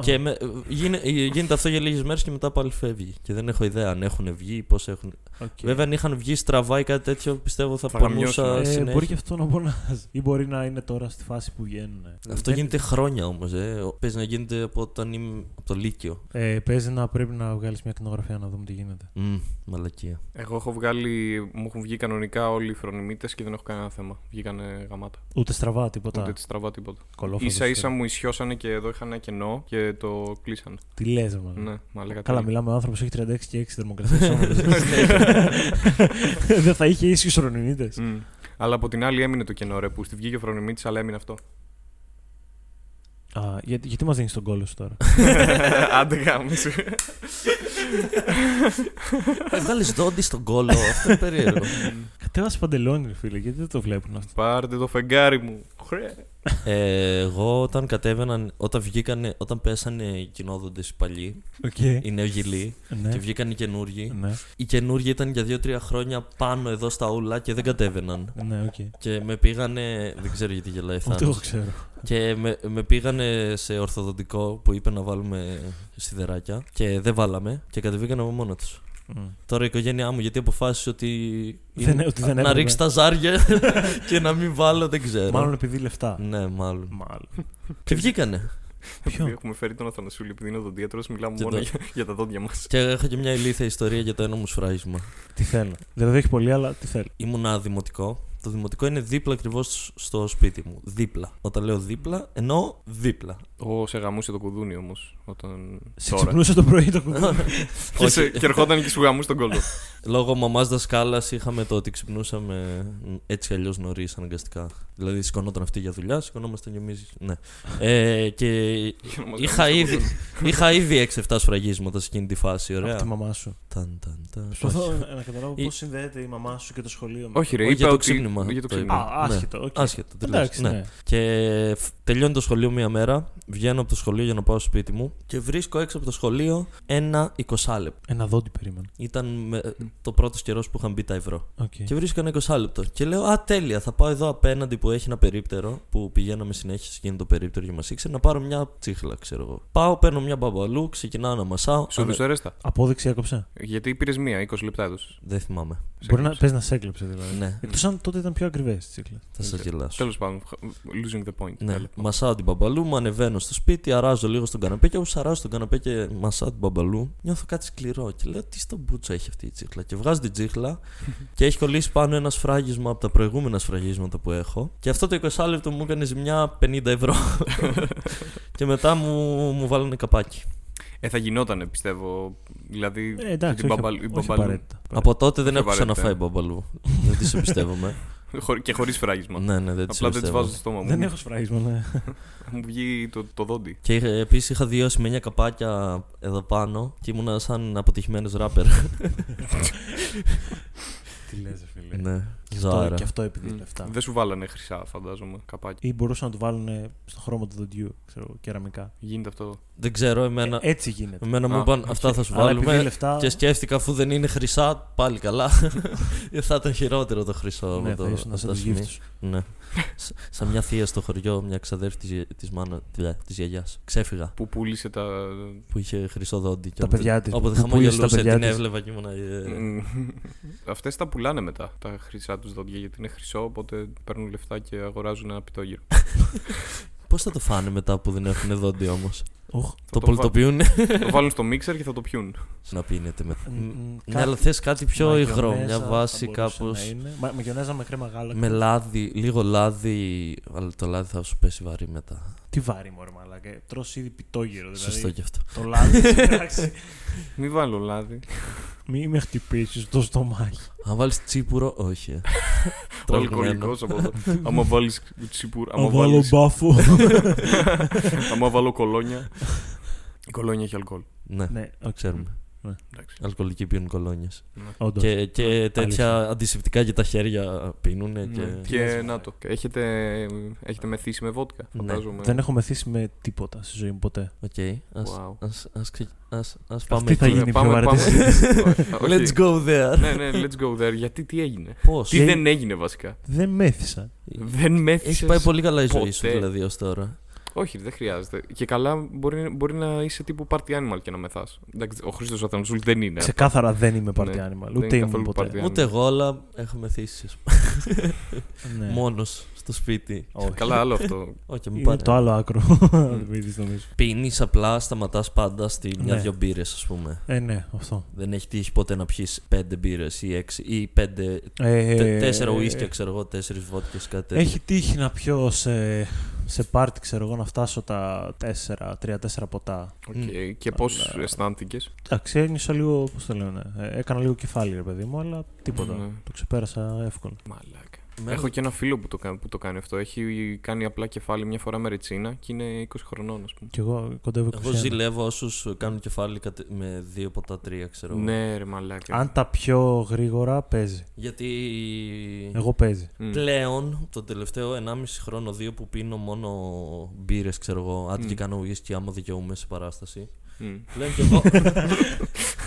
Speaker 3: Και με, γίνε- ε, γίνεται αυτό για λίγες μέρες και μετά πάλι φεύγει. Και δεν έχω ιδέα αν έχουν βγει, πώς έχουν. Βέβαια, αν είχαν βγει στραβά ή κάτι τέτοιο, πιστεύω θα
Speaker 1: Θα Ε,
Speaker 3: πονούσα
Speaker 1: γαμιώσουν.
Speaker 3: συνέχεια.
Speaker 4: Ε, μπορεί και αυτό να πονάς. Ή μπορεί να είναι τώρα στη φάση που βγαίνουν.
Speaker 3: Αυτό γίνεται χρόνια όμως. Ε. Παίζει να γίνεται από, όταν είμαι, από το Λύκειο.
Speaker 4: Ε, παίζει να πρέπει να βγάλεις μια κτηνογραφία να δούμε τι γίνεται.
Speaker 3: Μμ, μαλακία.
Speaker 1: Εγώ έχω βγάλει. Μου έχουν βγει κανονικά όλοι οι φρονιμίτες και δεν έχω κανένα θέμα. Βγήκανε γαμάτα.
Speaker 4: Ούτε στραβά, τίποτα.
Speaker 1: Ούτε τι κατάλαβα τίποτα.
Speaker 4: Κολόφαρδος.
Speaker 1: σα ίσα μου ισιώσανε και εδώ είχα ένα κενό και το κλείσανε.
Speaker 4: Τι λες, μάλλον.
Speaker 1: Ναι, μα λέγα
Speaker 4: Καλά, μιλάμε ο άνθρωπος έχει 36 και 6 θερμοκρασία σώματος.
Speaker 1: Ναι.
Speaker 4: Δεν θα είχε ίσιους χρονιμίτε.
Speaker 1: Αλλά από την άλλη έμεινε το κενό ρε που στη βγήκε ο φρονιμίτη, αλλά έμεινε αυτό. Ναι.
Speaker 4: Α, γιατί, γιατί μας δίνεις τον κόλλο σου τώρα.
Speaker 1: Άντε γάμισε.
Speaker 3: Έβγαλε Ε, δόντι στον κόλλο. Αυτό είναι περίεργο.
Speaker 4: Κατέβασε παντελόνι, ρε φίλε, γιατί δεν το βλέπουν αυτό.
Speaker 1: Πάρτε το φεγγάρι μου. Χρε.
Speaker 3: Ε, εγώ όταν κατέβαιναν, όταν βγήκανε, όταν πέσανε οι κοινόδοντες οι παλιοί,
Speaker 4: Οκ.
Speaker 3: οι νεογυλοί, και
Speaker 4: Ναι.
Speaker 3: βγήκαν οι καινούργοι,
Speaker 4: Ναι,
Speaker 3: οι καινούργοι ήταν για 2-3 χρόνια πάνω εδώ στα ούλα και δεν κατέβαιναν.
Speaker 4: ναι, οκ.
Speaker 3: Και με πήγανε. Δεν ξέρω γιατί γελάει η
Speaker 4: Ούτε εγώ
Speaker 3: Θάνος.
Speaker 4: ξέρω.
Speaker 3: Και με, με πήγανε σε ορθοδοντικό που είπε να βάλουμε σιδεράκια. Και δεν βάλαμε και κατεβήκαν από μόνο τους. Τώρα η οικογένειά μου γιατί αποφάσισε ότι.
Speaker 4: Δεν- ότι δεν
Speaker 3: να
Speaker 4: έπρεπε.
Speaker 3: ρίξει τα ζάρια και να μην βάλω, δεν ξέρω.
Speaker 4: Μάλλον επειδή λεφτά.
Speaker 3: Ναι, μάλλον.
Speaker 4: Μάλλον.
Speaker 3: Και βγήκανε.
Speaker 4: Ποιο?
Speaker 1: Επειδή Έχουμε φέρει τον Αθανασούλη επειδή είναι δοντίατρος, μιλάμε
Speaker 3: Και
Speaker 1: μόνο
Speaker 3: το-
Speaker 1: για, για τα δόντια μας.
Speaker 3: Και έχω και μια ηλίθια ιστορία για το ένα μου σφράγισμα.
Speaker 4: Τι θέλω. Δηλαδή έχει πολύ, αλλά τι θέλω.
Speaker 3: Ήμουνα δημοτικό. Το δημοτικό είναι δίπλα ακριβώς στο σπίτι μου. Δίπλα. Όταν λέω δίπλα, εννοώ δίπλα.
Speaker 1: Ω, σε γαμούσε το κουδούνι όμως. Όταν...
Speaker 4: Σε
Speaker 1: Τώρα.
Speaker 4: ξυπνούσα το πρωί το κουμπί.
Speaker 1: Και, σε- και ερχόταν και σου γαμούσε τον κόλλο.
Speaker 3: Λόγω μαμάς δασκάλας είχαμε το ότι ξυπνούσαμε έτσι κι αλλιώς νωρίς αναγκαστικά. Δηλαδή σηκωνόταν αυτή για δουλειά, σηκωνόμασταν κι εμείς. Ναι. Ε, και
Speaker 1: Για να μας
Speaker 3: είχα
Speaker 1: γαμίσει
Speaker 3: ήδη, είχα ήδη 6-7 σφραγίσματα σε εκείνη τη φάση.
Speaker 4: Από
Speaker 3: Ωραία.
Speaker 4: τη μαμά σου.
Speaker 3: Ταν, ταν, ταν.
Speaker 4: Προσπαθώ να καταλάβω
Speaker 3: Η-
Speaker 4: πώς συνδέεται η μαμά σου και το σχολείο
Speaker 1: τον-
Speaker 4: με.
Speaker 1: Όχι, ρε,
Speaker 3: Όχι,
Speaker 1: είπα
Speaker 3: για το
Speaker 1: ότι-
Speaker 3: ξύπνημα
Speaker 1: Για το
Speaker 3: το
Speaker 1: ξύπνημα.
Speaker 3: είπα.
Speaker 4: Α,
Speaker 3: ναι.
Speaker 4: άσχετο. οκ.
Speaker 3: Άσχετο, τελείως.
Speaker 4: Εντάξει,
Speaker 3: ναι.
Speaker 4: ναι.
Speaker 3: Και φ- τελειώνει το σχολείο μία μέρα, βγαίνω από το σχολείο για να πάω στο σπίτι μου και βρίσκω έξω από το σχολείο ένα 20 λεπτό.
Speaker 4: Ένα δόντι περίμενα.
Speaker 3: Ήταν με- το πρώτος καιρός που είχαν μπει τα ευρώ.
Speaker 4: Οκ.
Speaker 3: Και βρίσκω ένα 20 λεπτό. Και λέω, Α, τέλεια, θα πάω εδώ απέναντι που έχει ένα περίπτερο που πηγαίναμε συνέχεια σε εκείνο το περίπτερο και μας ήξερε να πάρω μια τσίχλα, ξέρω εγώ. Πάω, παίρνω μια μπαμπαλού, ξεκινάω να μασάω.
Speaker 1: Σου
Speaker 3: ανα-
Speaker 1: έδωσε ρέστα.
Speaker 4: Απόδειξη έκοψε.
Speaker 1: Γιατί πήρες μία, 20 λεπτά έδωσες.
Speaker 3: Δεν θυμάμαι.
Speaker 4: Μπορεί να πες να σε έκλεψε δηλαδή.
Speaker 3: Ναι,
Speaker 4: Εκτός αν τότε ήταν πιο ακριβές τις τσίκλε.
Speaker 3: θα σας γελάσω.
Speaker 1: Τέλος πάντων, losing the point.
Speaker 3: Ναι,
Speaker 1: Έλα.
Speaker 3: μασάω την μπαμπαλού, μου ανεβαίνω στο σπίτι, αράζω λίγο στον καναπέ και όπω αράζω στον καναπέ και μασάω την μπαμπαλού, νιώθω κάτι σκληρό και λέω τι στον μπούτσα έχει αυτή η τσίχλα. Και βγάζω την τσίχλα και έχει κολλήσει πάνω ένα σφράγισμα από τα προηγούμενα σφραγίσματα που έχω. Και αυτό το 20 λεπτό μου έκανε ζημιά 50 ευρώ. και μετά μου, μου βάλανε καπάκι.
Speaker 1: Ε, θα γινότανε πιστεύω. Δηλαδή.
Speaker 4: Ε,
Speaker 1: και
Speaker 4: εντάξει,
Speaker 1: την
Speaker 4: όχι,
Speaker 1: μπαμπαλ- η
Speaker 4: όχι
Speaker 1: μπαμπαλού.
Speaker 4: απαραίτητα.
Speaker 3: Από τότε δεν
Speaker 1: Και
Speaker 3: έχω
Speaker 1: βαρέτα.
Speaker 3: ξαναφάει μπαμπαλού. δεν τη εμπιστεύομαι.
Speaker 1: Χω- Και χωρίς φράγισμα.
Speaker 3: ναι, ναι, δεν τη
Speaker 1: Απλά δεν τις βάζω
Speaker 3: εμπιστεύομαι.
Speaker 1: στο στόμα μου.
Speaker 4: Δεν έχω σφράγισμα, ναι.
Speaker 1: Μου βγει το, το δόντι.
Speaker 3: Και επίσης είχα δύο σημαίνια καπάκια εδώ πάνω και ήμουνα σαν αποτυχημένος ράπερ.
Speaker 4: Τι λε, φίλε.
Speaker 3: ναι,
Speaker 4: Τώρα
Speaker 3: ζάρα.
Speaker 4: και αυτό επειδή
Speaker 1: Μμ.
Speaker 4: λεφτά.
Speaker 1: Δεν σου βάλανε χρυσά, φαντάζομαι. Καπάκι.
Speaker 4: Ή μπορούσαν να του βάλουν στο χρώμα του δοντιού, ξέρω, εγώ, κεραμικά.
Speaker 1: Γίνεται αυτό.
Speaker 3: Δεν ξέρω, εμένα,
Speaker 4: Ε, Έτσι γίνεται.
Speaker 3: εμένα μου
Speaker 1: Α,
Speaker 3: είπαν αυτά θα σου
Speaker 4: Αλλά επειδή
Speaker 3: βάλουμε.
Speaker 4: λεφτά.
Speaker 3: Και σκέφτηκα αφού δεν είναι χρυσά, πάλι καλά. θα ήταν χειρότερο το χρυσό.
Speaker 4: Ναι,
Speaker 3: από το,
Speaker 4: θα ήσουν
Speaker 3: από
Speaker 4: σαν
Speaker 3: τα
Speaker 4: τους
Speaker 3: σημεία.
Speaker 4: γύφτους.
Speaker 3: Ναι. Σ- Σαν μια θεία στο χωριό, μια ξαδέρφη της, γε- της, μάνα, της, της γιαγιάς. Ξέφυγα
Speaker 1: Που πούλησε τα.
Speaker 3: που είχε χρυσό δόντι. και
Speaker 4: Τα
Speaker 3: όποτε-
Speaker 4: παιδιά της,
Speaker 3: Όποτε
Speaker 4: που πούλησε τα
Speaker 3: χαμογελούσε
Speaker 4: παιδιά
Speaker 3: την
Speaker 4: της.
Speaker 3: έβλεπα και ήμουνα. ε,
Speaker 1: Αυτές τα πουλάνε μετά τα χρυσά τους δόντια γιατί είναι χρυσό, οπότε παίρνουν λεφτά και αγοράζουν ένα πιτόγυρο.
Speaker 3: Πώς θα το φάνε μετά που δεν έχουν δόντι όμως.
Speaker 4: Οχ,
Speaker 1: το
Speaker 3: το
Speaker 1: φά-
Speaker 3: πολτοποιούν.
Speaker 1: το βάλουν στο μίξερ και θα το πιούν.
Speaker 3: Να πίνετε μετά.
Speaker 4: μ, μ,
Speaker 3: Ναι,
Speaker 4: κάτι-
Speaker 3: αλλά θες κάτι πιο
Speaker 4: μαγιονέζα
Speaker 3: υγρό, μια
Speaker 4: θα
Speaker 3: βάση
Speaker 4: μπορούσε
Speaker 3: κάπως...
Speaker 4: να είναι. Μα- Μαγιονέζα με κρέμα γάλα.
Speaker 3: Με λάδι, λίγο λάδι, αλλά το λάδι θα σου πέσει βαρύ
Speaker 1: Δηλαδή-
Speaker 3: μετά.
Speaker 4: Τι βάρη μωρέ μαλάκα. Τρως ήδη πιτόγυρο δηλαδή.
Speaker 3: Σωστό και αυτό.
Speaker 4: Το λάδι. εντάξει.
Speaker 1: Μη βάλω λάδι.
Speaker 4: Μη με χτυπήσεις το στομάχι.
Speaker 3: Αν βάλεις τσίπουρο, όχι. ε.
Speaker 1: Αλκοολικό
Speaker 3: ναι.
Speaker 1: από εδώ. Άμα βάλεις τσιπούρα.
Speaker 4: Αν
Speaker 1: Άμα,
Speaker 4: βάλω
Speaker 1: βάλεις-
Speaker 4: μπάφο.
Speaker 1: άμα βάλω κολόνια. Η κολόνια έχει αλκοόλ.
Speaker 3: Ναι,
Speaker 4: Ναι, οκ.
Speaker 3: ξέρουμε.
Speaker 1: Εντάξει.
Speaker 3: Αλκοολικοί πίνουν κολόνιες.
Speaker 4: Όντως.
Speaker 3: Και, και τέτοια αντισηπτικά για τα χέρια πίνουν.
Speaker 1: Ναι.
Speaker 3: Και...
Speaker 1: Και να το. Έχετε, έχετε μεθύσει με βότκα,
Speaker 3: Ναι.
Speaker 1: φαντάζομαι.
Speaker 4: Δεν έχω μεθύσει με τίποτα στη ζωή μου ποτέ.
Speaker 3: Οκ, ας-
Speaker 1: Wow.
Speaker 3: ας- ας ξε- ας- ας πάμε
Speaker 4: θα
Speaker 3: εκεί.
Speaker 4: γίνει πιο
Speaker 1: πάμε,
Speaker 4: βαρετή
Speaker 1: πάμε. Όχι.
Speaker 3: Let's go there.
Speaker 1: Ναι, ναι, let's go there. Γιατί τι έγινε.
Speaker 3: Πώς.
Speaker 1: Τι δεν έγινε βασικά.
Speaker 4: Δεν μέθησα.
Speaker 1: Ναι. Δεν μέθησες.
Speaker 3: Έχει πάει πολύ καλά η ζωή
Speaker 1: ποτέ.
Speaker 3: σου δηλαδή ως τώρα.
Speaker 1: Όχι, δεν χρειάζεται. Και καλά μπορεί, μπορεί να είσαι τύπου party animal και να μεθάς. Εντάξει, Ο Χρήστος Αθανασούλης δεν είναι.
Speaker 4: Ξεκάθαρα δεν είμαι party
Speaker 1: Ναι.
Speaker 4: animal.
Speaker 1: είναι
Speaker 4: Ούτε ήμουν
Speaker 1: καθόλου
Speaker 4: ποτέ.
Speaker 1: party animal.
Speaker 3: Ούτε εγώ, αλλά έχω μεθύσει.
Speaker 4: Ναι.
Speaker 3: Μόνος στο σπίτι.
Speaker 4: Όχι.
Speaker 1: Καλά, άλλο αυτό.
Speaker 3: Όχι, μην
Speaker 4: Είναι
Speaker 3: πάρε.
Speaker 4: το άλλο άκρο. Δεν με είδες, νομίζω.
Speaker 3: Πίνεις απλά, σταματάς πάντα στη
Speaker 4: Ναι.
Speaker 3: μια-δυο μπύρες, ας πούμε.
Speaker 4: Ε, ναι, αυτό.
Speaker 3: Δεν έχει τύχει ποτέ να πιεις πέντε μπύρες ή έξι ή πέντε.
Speaker 4: Ε,
Speaker 3: τε- τέσσερα ουίσκια, ξέρω εγώ, τέσσερις βότκες, κάτι τέτοιο.
Speaker 4: Έχει τύχει να πιω σε σε πάρτι, ξέρω εγώ, να φτάσω τα 4, 3-4 ποτά.
Speaker 1: Οκ. Και πώς
Speaker 4: Αλλά-
Speaker 1: αισθάνθηκες.
Speaker 4: Εντάξει, ένιωσα λίγο, πώς το λένε, ε, έκανα λίγο κεφάλι, ρε παιδί μου, αλλά τίποτα.
Speaker 1: Ναι.
Speaker 4: Το ξεπέρασα εύκολα.
Speaker 1: Μαλάκα.
Speaker 3: Μέρα-
Speaker 1: Έχω και ένα φίλο που το, κα- που το κάνει αυτό. Έχει κάνει απλά κεφάλι μια φορά με ρετσίνα και είναι 20 χρονών, ας πούμε.
Speaker 4: Κι εγώ κοντεύω 21.
Speaker 3: Εγώ ζηλεύω όσους κάνουν κεφάλι κατε- με δύο ποτά τρία, ξέρω εγώ.
Speaker 1: Ναι, ρε μαλάκα.
Speaker 4: Αν τα πιο γρήγορα, παίζει.
Speaker 3: Γιατί
Speaker 4: Εγώ παίζει.
Speaker 1: Μμ.
Speaker 3: πλέον το τελευταίο 1,5 χρόνο, δύο που πίνω μόνο μπύρες, ξέρω εγώ, άντε και
Speaker 1: Μμ.
Speaker 3: κάνω whisky άμα δικαιούμαι σε παράσταση.
Speaker 1: Μμ.
Speaker 3: Πλέον και εγώ.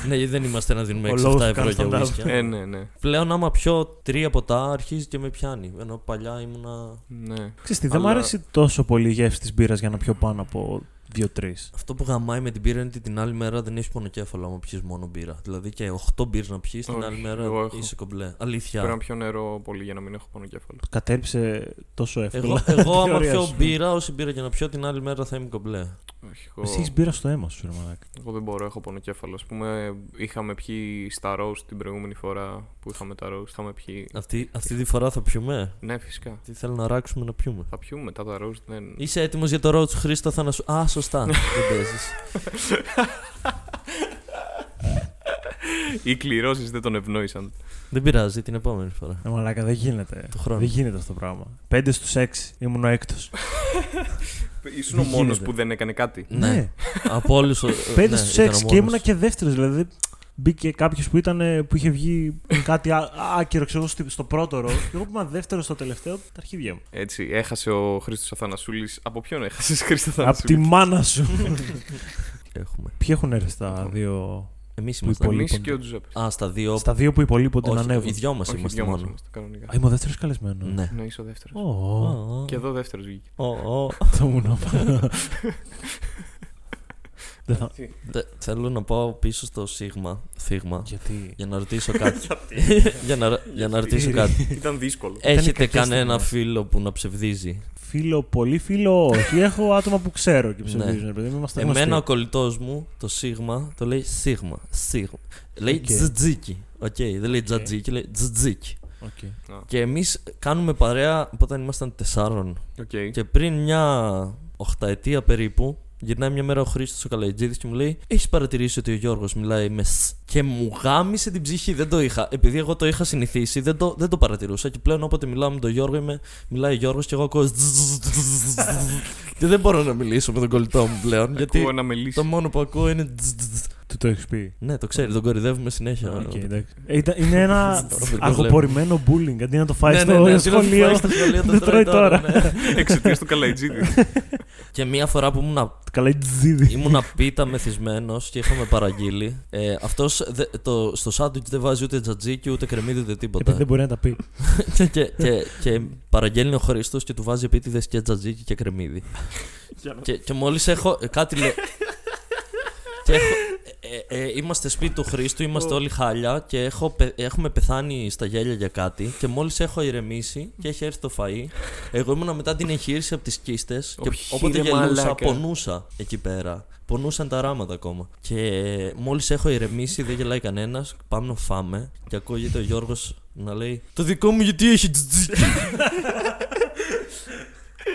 Speaker 3: ναι, γιατί δεν είμαστε να δίνουμε
Speaker 4: Ο
Speaker 3: 6-7
Speaker 4: λόγος που
Speaker 3: ευρώ
Speaker 4: κάνεις
Speaker 3: για
Speaker 4: stand-up.
Speaker 3: whisky.
Speaker 1: Ε, ναι, ναι.
Speaker 3: Πλέον άμα πιω τρία ποτά αρχίζει και με πιάνει. Ενώ παλιά ήμουνα.
Speaker 1: ναι.
Speaker 4: Ξέρεις τι, δεν μου
Speaker 1: Αλλά-
Speaker 4: αρέσει τόσο πολύ η γεύση της μπύρας για να πιω πάνω από 2-3.
Speaker 3: Αυτό που γαμάει με την μπύρα είναι ότι την άλλη μέρα δεν έχεις πονοκέφαλο άμα πιεις μόνο μπύρα. Δηλαδή και 8 μπύρες να πιεις, την
Speaker 1: Όχι,
Speaker 3: άλλη μέρα
Speaker 1: εγώ έχω.
Speaker 3: είσαι κομπλέ.
Speaker 1: Πρέπει
Speaker 3: Αλήθεια.
Speaker 1: να πιω νερό πολύ για να μην έχω πονοκέφαλο.
Speaker 4: Κατέληψε τόσο
Speaker 3: Εγώ,
Speaker 4: εύκολα.
Speaker 3: εγώ
Speaker 4: Τη
Speaker 3: άμα
Speaker 4: θεωρία
Speaker 3: πιω
Speaker 4: σου.
Speaker 3: μπύρα, όση μπύρα και να πιω, την άλλη μέρα θα είμαι κομπλέ.
Speaker 1: Όχι, εγώ,
Speaker 4: Εσύ έχεις μπύρα στο αίμα σου, ρε μαλάκα.
Speaker 1: εγώ δεν μπορώ, έχω πονοκέφαλο. Ας πούμε, είχαμε πιει στα roast την προηγούμενη φορά που είχαμε τα roast. Είχαμε πιει.
Speaker 3: Αυτή, αυτή τη φορά θα πιούμε.
Speaker 1: Ναι, φυσικά.
Speaker 3: Τι θέλω να ράξουμε να πιούμε.
Speaker 1: Θα πιούμε μετά τα roast. Δεν...
Speaker 3: Είσαι έτοιμος για το ρόλο του Χρήστο, θα να σου. Α, σωστά. δεν παίζεις.
Speaker 1: Οι κληρώσεις δεν τον ευνόησαν.
Speaker 3: δεν πειράζει, την επόμενη φορά.
Speaker 4: Ε, μαλάκα, δεν γίνεται.
Speaker 3: Του χρόνου.
Speaker 4: Δεν γίνεται αυτό το πράγμα. 5 στου 6 ήμουν ο έκτος.
Speaker 1: Ήσουν ο
Speaker 4: Δεν
Speaker 1: μόνος
Speaker 4: γίνεται.
Speaker 1: που δεν έκανε κάτι.
Speaker 3: ναι. Από ναι, όλου.
Speaker 4: 5 στου 6 και ήμουνα και δεύτερος. Δηλαδή μπήκε κάποιος που, ήταν, ε, που είχε βγει κάτι ά- άκυρο, ξέρω εγώ, στη- στο πρώτο ρο. Και εγώ που ήμουν δεύτερο στο τελευταίο, τα αρχίδια μου.
Speaker 1: Έτσι, έχασε ο Χρήστος Αθανασούλης. Από ποιον έχασες, Χρήστος
Speaker 4: Απ' τη
Speaker 1: Αθανασούλη.
Speaker 4: μάνα σου.
Speaker 3: Έχουμε.
Speaker 4: Ποιοι έχουν έρθει τα δύο.
Speaker 3: Εμείς
Speaker 4: Που
Speaker 3: ήμασταν.
Speaker 4: πολύ
Speaker 1: Εμείς και
Speaker 4: κοντά.
Speaker 1: ο Τζουζέπε.
Speaker 3: Α, στα δύο.
Speaker 4: Στα δύο που υπολείπονται να
Speaker 3: Όχι, οι
Speaker 4: ανέβουν.
Speaker 3: δυο μας
Speaker 1: Όχι,
Speaker 3: είμαστε
Speaker 1: δυο μας
Speaker 3: μόνο.
Speaker 1: είμαστε κανονικά.
Speaker 4: Α, είμαι ο δεύτερος καλεσμένος.
Speaker 3: Ναι.
Speaker 1: Ναι, είσαι ο δεύτερος.
Speaker 4: Ω,
Speaker 3: Ω,
Speaker 1: Και εδώ δεύτερος βγήκε.
Speaker 3: ω, ω.
Speaker 4: το μουνό. Δεν θα-
Speaker 3: Τε- Θέλω να πάω πίσω στο Σίγμα. Θίγμα.
Speaker 4: Γιατί.
Speaker 3: Για να ρωτήσω κάτι. Για να- Για να ρωτήσω κάτι.
Speaker 1: Ήταν δύσκολο.
Speaker 3: Έχετε
Speaker 4: κακές
Speaker 3: κανένα
Speaker 4: στιγμές.
Speaker 3: φίλο που να ψευδίζει.
Speaker 4: Φίλο, πολύ φίλο, όχι. Έχω άτομα που ξέρω και ψηφίζουν. Επειδή είμαστε γνωστοί.
Speaker 3: Ναι. Εμένα ο κολλητός μου, το σίγμα, το λέει σίγμα. σίγμα. Λέει
Speaker 4: Οκ.
Speaker 3: τζιτζίκι. Οκ, δεν λέει τζατζίκι, λέει τζιτζίκι.
Speaker 4: Οκ.
Speaker 3: Και εμείς κάνουμε παρέα όταν ήμασταν τεσσάρων.
Speaker 1: Οκ.
Speaker 3: Και πριν μια οχταετία περίπου, γυρνάει μια μέρα ο Χρήστος ο Καλαϊτζίδης και μου λέει: Έχεις παρατηρήσει ότι ο Γιώργος μιλάει με σ. Και μου γάμισε την ψυχή, δεν το είχα. Επειδή εγώ το είχα συνηθίσει, δεν το, δεν το παρατηρούσα. Και πλέον όποτε μιλάω με τον Γιώργο, είμαι, μιλάει ο Γιώργος και εγώ ακούω. «Τζζζζζζζζζζζζζ». και δεν μπορώ να μιλήσω με τον κολλητό μου πλέον. γιατί
Speaker 1: Ακούω να με λύσει.
Speaker 3: το μόνο που ακούω είναι. «Τζζζζζζ».
Speaker 4: Του το έχεις πει.
Speaker 3: ναι, το ξέρει, τον κορυδεύουμε συνέχεια.
Speaker 4: Οκ, εντάξει. Ε, ήταν- Είναι ένα
Speaker 3: Τώρα που το
Speaker 4: αργοπορημένο bullying. Αντί να το φάει
Speaker 3: Ναι, ναι, ναι,
Speaker 4: στο
Speaker 3: αντί να το φάει
Speaker 4: σχολείο.
Speaker 3: στο σχολείο, το
Speaker 4: το
Speaker 3: τρώει
Speaker 4: τρώει
Speaker 3: τώρα. ναι.
Speaker 1: Εξαιτίας του Καλαϊτζίδη.
Speaker 3: Και μία φορά που ήμουν
Speaker 4: Καλά, η τζίδι.
Speaker 3: Ήμουνα πίτα μεθυσμένος και είχαμε παραγγείλει. Ε, Αυτός στο σάντουιτ δεν βάζει ούτε τζατζίκι, ούτε κρεμμύδι, ούτε
Speaker 4: Επειδή
Speaker 3: τίποτα.
Speaker 4: Ε, δεν μπορεί να τα πει.
Speaker 3: και, και, και, και παραγγέλνει ο Χρήστος και του βάζει επίτηδες και τζατζίκι και κρεμμύδι. και και μόλις έχω. ε, κάτι λέω. και έχω, ε, ε, ε, είμαστε σπίτι του Χρήστου, είμαστε όλοι χάλια και έχω, πε- έχουμε πεθάνει στα γέλια για κάτι. Και μόλις έχω ηρεμήσει και έχει έρθει το φαΐ εγώ ήμουνα μετά την εγχείρηση από τις κίστες. Και
Speaker 1: Όχι,
Speaker 3: όποτε
Speaker 1: ρε
Speaker 3: γελούσα,
Speaker 1: μαλάκα.
Speaker 3: πονούσα εκεί πέρα. Πονούσαν τα ράματα ακόμα. Και μόλις έχω ηρεμήσει, δεν γελάει κανένας. Πάμε να φάμε. Και ακούγεται ο Γιώργος να λέει Το δικό μου γιατί έχει τζιτζίκι.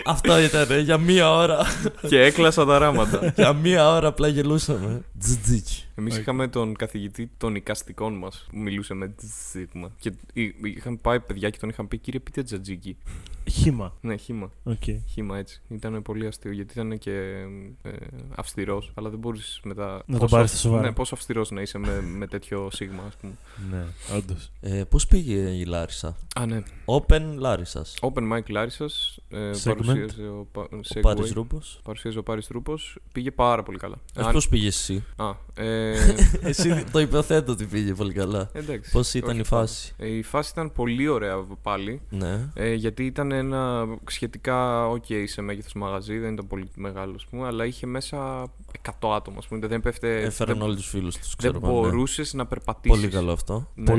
Speaker 3: Αυτό ήταν ε, για μία ώρα.
Speaker 1: και έκλασα τα ράματα.
Speaker 3: για μία ώρα απλά γελούσαμε. Τζιτζίκι.
Speaker 1: Εμείς είχαμε τον καθηγητή των οικαστικών μας που μιλούσε με τζίγμα. Και εί- είχαν πάει παιδιά και τον είχαν πει: Κύριε, πείτε τζατζίκι.
Speaker 4: Χήμα.
Speaker 1: Ναι, χήμα.
Speaker 4: Οκ.
Speaker 1: Χήμα έτσι. Ήταν πολύ αστείο γιατί ήταν και ε, αυστηρός, αλλά δεν μπορούσε μετά.
Speaker 4: Να τον
Speaker 1: πόσο
Speaker 4: πάρεις
Speaker 1: αυ-
Speaker 4: στα σοβαρά.
Speaker 1: Ναι, πόσο αυστηρός να είσαι με, με τέτοιο σίγμα, ας πούμε.
Speaker 4: Ναι, όντως.
Speaker 3: Ε, Πώς πήγε η Λάρισα.
Speaker 1: Α, ναι.
Speaker 3: Open Λάρισας.
Speaker 1: Open Mic Λάρισας. Ε,
Speaker 4: Segment.
Speaker 1: παρουσίαζε ο, Πα-
Speaker 3: Ο
Speaker 1: Segway.
Speaker 3: Πάρης Ρούμπο.
Speaker 1: Παρουσίαζε ο Πάρης Τρούπος. Πήγε πάρα πολύ καλά. Αν-
Speaker 3: Πώς πήγες εσύ.
Speaker 1: Α, ε,
Speaker 3: εσύ το υποθέτω ότι πήγε πολύ καλά.
Speaker 1: εντάξει.
Speaker 3: Πώς ήταν
Speaker 1: Όχι,
Speaker 3: η φάση.
Speaker 1: Ε, Η φάση ήταν πολύ ωραία πάλι.
Speaker 3: Ναι.
Speaker 1: Ε, γιατί ήταν ένα σχετικά ok σε μέγεθος μαγαζί, δεν ήταν πολύ μεγάλο, ας πούμε, αλλά είχε μέσα 100 άτομα, ας πούμε. Δεν πέφτε.
Speaker 3: Έφεραν
Speaker 1: δεν,
Speaker 3: όλους τους φίλους τους, ξέρω
Speaker 1: δεν
Speaker 3: εγώ, ναι.
Speaker 1: μπορούσες να περπατήσει.
Speaker 3: Πολύ καλό αυτό.
Speaker 1: Ναι.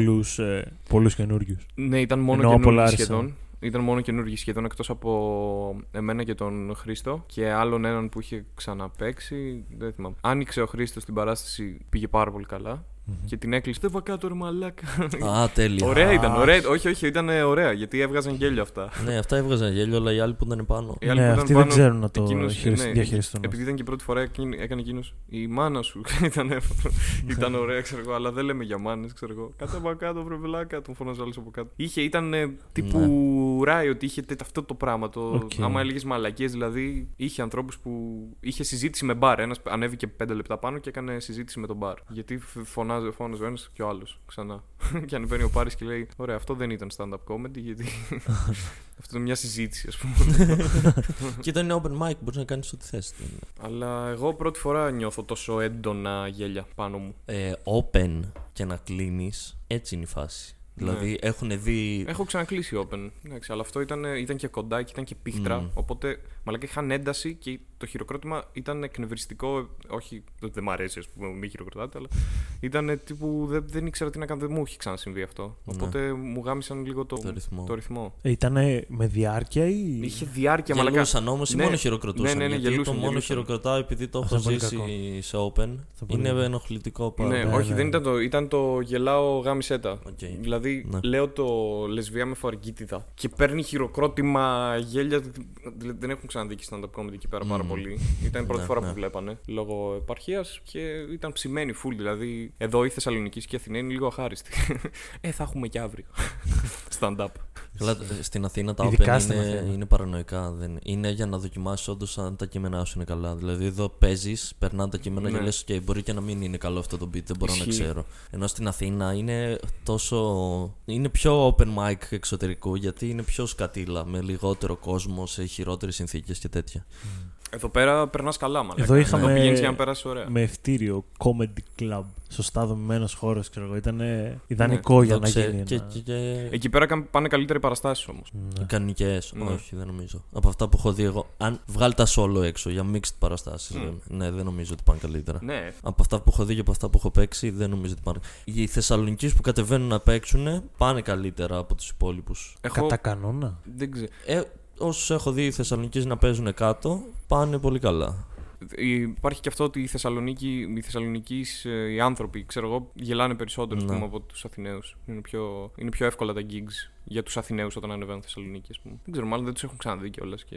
Speaker 4: Πολλού καινούριους.
Speaker 1: Ναι, ήταν μόνο
Speaker 4: Εννοώ
Speaker 1: καινούργιοι
Speaker 4: Polaris.
Speaker 1: σχεδόν. Ήταν μόνο καινούργιοι σχεδόν εκτός από εμένα και τον Χρήστο και άλλον έναν που είχε ξαναπέξει. Δεν θυμάμαι. Άνοιξε ο Χρήστος την παράσταση, πήγε πάρα πολύ καλά. και την έκλεισε. Δεν βακάτο ρε μαλάκα.
Speaker 3: Α, τέλεια.
Speaker 1: Ωραία ήταν, ωραία. Όχι, όχι, ήταν ε, ωραία γιατί έβγαζαν γέλιο αυτά.
Speaker 3: Ναι, αυτά έβγαζαν γέλιο, αλλά οι άλλοι που ήταν πάνω.
Speaker 1: Οι άλλοι
Speaker 4: Ναι,
Speaker 1: που ήταν
Speaker 4: αυτοί δεν
Speaker 1: πάνω,
Speaker 4: ξέρουν να το
Speaker 1: εκείνος,
Speaker 4: χειρισ-
Speaker 1: ναι,
Speaker 4: διαχειριστούν.
Speaker 1: Επειδή ήταν και η πρώτη φορά εκείνη- έκανε εκείνο. Η μάνα σου ήταν, ήταν ωραία, ξέρω εγώ, αλλά δεν λέμε για μάνες, ξέρω εγώ. Κάτω από κάτω, βρε βλάκα, τον φώναζε άλλος από κάτω. Είχε, ήταν ε, τύπου ράι ότι είχε τε- αυτό το πράγμα. Το,
Speaker 4: Ναι. Οκ.
Speaker 1: Άμα έλεγες μαλακίες, δηλαδή είχε ανθρώπους που είχε συζήτηση με μπαρ. Ένας ανέβηκε πέντε λεπτά πάνω και έκανε συζήτηση με τον μπαρ. Γιατί φ- φωνάζε, φώναζε ο ένα και ο άλλος ξανά. και ανεβαίνει ο Πάρης και λέει: Ωραία, αυτό δεν ήταν stand-up comedy, γιατί. αυτό είναι μια συζήτηση, ας πούμε.
Speaker 3: Και ήταν open mic, μπορείς να κάνεις ό,τι θες.
Speaker 1: Αλλά εγώ πρώτη φορά νιώθω τόσο έντονα γέλια πάνω μου.
Speaker 3: Ε, open και να κλείνεις, έτσι είναι η φάση.
Speaker 1: Ναι.
Speaker 3: Δηλαδή έχουν δει.
Speaker 1: Έχω ξανακλείσει open. Εντάξει, αλλά αυτό ήταν, ήταν και κοντά και ήταν και πίχτρα.
Speaker 3: Μμμ.
Speaker 1: Οπότε μαλακά είχαν ένταση και το χειροκρότημα ήταν εκνευριστικό. ε, Όχι, ότι δεν μ' αρέσει, ας πούμε, μην χειροκροτάτε, αλλά ήταν ε, τύπου δεν, δεν ήξερα τι να κάνω. Δεν μου είχε ξανασυμβεί αυτό.
Speaker 3: Ναι.
Speaker 1: Οπότε μου γάμισαν λίγο το,
Speaker 3: Το ρυθμό.
Speaker 1: Το ρυθμό.
Speaker 4: Ήταν με διάρκεια ή.
Speaker 1: Είχε διάρκεια μαλακά.
Speaker 3: Γελούσαν όμως ή
Speaker 1: Ναι.
Speaker 3: μόνο χειροκροτούσαν.
Speaker 1: Ναι, ναι, ναι,
Speaker 3: γιατί
Speaker 1: γελούσαν,
Speaker 3: το μόνο
Speaker 1: γελούσαν.
Speaker 3: χειροκροτάω επειδή το
Speaker 4: Αυτό
Speaker 3: έχω
Speaker 4: είναι πολύ
Speaker 3: ζήσει σε open.
Speaker 4: πολύ
Speaker 3: Είναι
Speaker 4: κακό.
Speaker 3: ενοχλητικό πάρα
Speaker 1: Ναι,
Speaker 4: ναι,
Speaker 1: όχι,
Speaker 4: ναι.
Speaker 1: δεν ήταν το. Ήταν το γελάω γάμισέτα.
Speaker 3: Οκ.
Speaker 1: Δηλαδή,
Speaker 3: Ναι.
Speaker 1: λέω το λεσβιά με φαργκίτιδα και παίρνει χειροκρότημα γέλια. Δηλαδή, δεν έχουν ξαναδεί και stand-up comedy εκεί πέρα πάρα
Speaker 3: Μμμ.
Speaker 1: πολύ. Ήταν η πρώτη
Speaker 3: Ναι,
Speaker 1: φορά
Speaker 3: ναι.
Speaker 1: που βλέπανε λόγω επαρχίας και ήταν ψημένη full. Δηλαδή, εδώ η Θεσσαλονίκη και η Αθηνά είναι λίγο αχάριστη. ε, θα έχουμε και αύριο. stand-up.
Speaker 3: Καλά, ε, στην Αθήνα τα
Speaker 4: Ειδικά
Speaker 3: open
Speaker 4: στην
Speaker 3: είναι,
Speaker 4: Αθήνα.
Speaker 3: είναι παρανοϊκά. Δεν... Είναι για να δοκιμάσεις όντως αν τα κείμενά σου είναι καλά. Δηλαδή, εδώ παίζεις, περνάνε τα κείμενα
Speaker 1: Ναι.
Speaker 3: και λε: και μπορεί και να μην είναι καλό αυτό το beat, δεν μπορώ να
Speaker 1: Ισχύει.
Speaker 3: ξέρω. Ενώ στην Αθήνα είναι τόσο. είναι πιο open mic εξωτερικού γιατί είναι πιο σκατήλα, με λιγότερο κόσμο, σε χειρότερες συνθήκες και τέτοια.
Speaker 1: Εδώ πέρα περνάς καλά, μάλλον.
Speaker 4: Εδώ είχαμε- Ναι.
Speaker 1: πηγαίνεις για να περάσεις ωραία.
Speaker 4: με ευτήριο comedy club. Σωστά δομημένο χώρος, ξέρω εγώ. Ήταν ιδανικό για
Speaker 3: Το
Speaker 4: να
Speaker 3: ξέ-
Speaker 4: γίνει.
Speaker 3: Και,
Speaker 4: ένα-
Speaker 3: και, και...
Speaker 1: Εκεί πέρα καν- πάνε καλύτερα οι παραστάσεις όμως.
Speaker 4: Ναι.
Speaker 3: Κανονικέ,
Speaker 1: Ναι.
Speaker 3: όχι, δεν νομίζω. Από αυτά που έχω δει εγώ. Αν βγάλει τα solo έξω για mixed παραστάσεις,
Speaker 1: Μμ.
Speaker 3: ναι, δεν νομίζω ότι πάνε καλύτερα.
Speaker 1: Ναι,
Speaker 3: Από αυτά που έχω δει και από αυτά που έχω παίξει, δεν νομίζω ότι πάνε. Οι Θεσσαλονικοί που κατεβαίνουν να παίξουν πάνε καλύτερα από τους υπόλοιπους.
Speaker 1: έχω.
Speaker 4: Κατά κανόνα.
Speaker 1: Δεν ξέρω.
Speaker 3: Ε, Όσους έχω δει οι Θεσσαλονικοί να παίζουν κάτω, πάνε πολύ καλά.
Speaker 1: ε, Υπάρχει και αυτό ότι οι Θεσσαλονίκοι, οι Θεσσαλονικείς, ε, οι άνθρωποι, ξέρω εγώ, γελάνε περισσότερο ας
Speaker 3: Ναι.
Speaker 1: πούμε, από τους Αθηναίους. Είναι πιο, είναι πιο εύκολα τα gigs για τους Αθηναίους όταν ανεβαίνουν Θεσσαλονίκη, ας πούμε. Δεν ξέρω, μάλλον δεν τους έχουν ξαναδεί κιόλας. Και...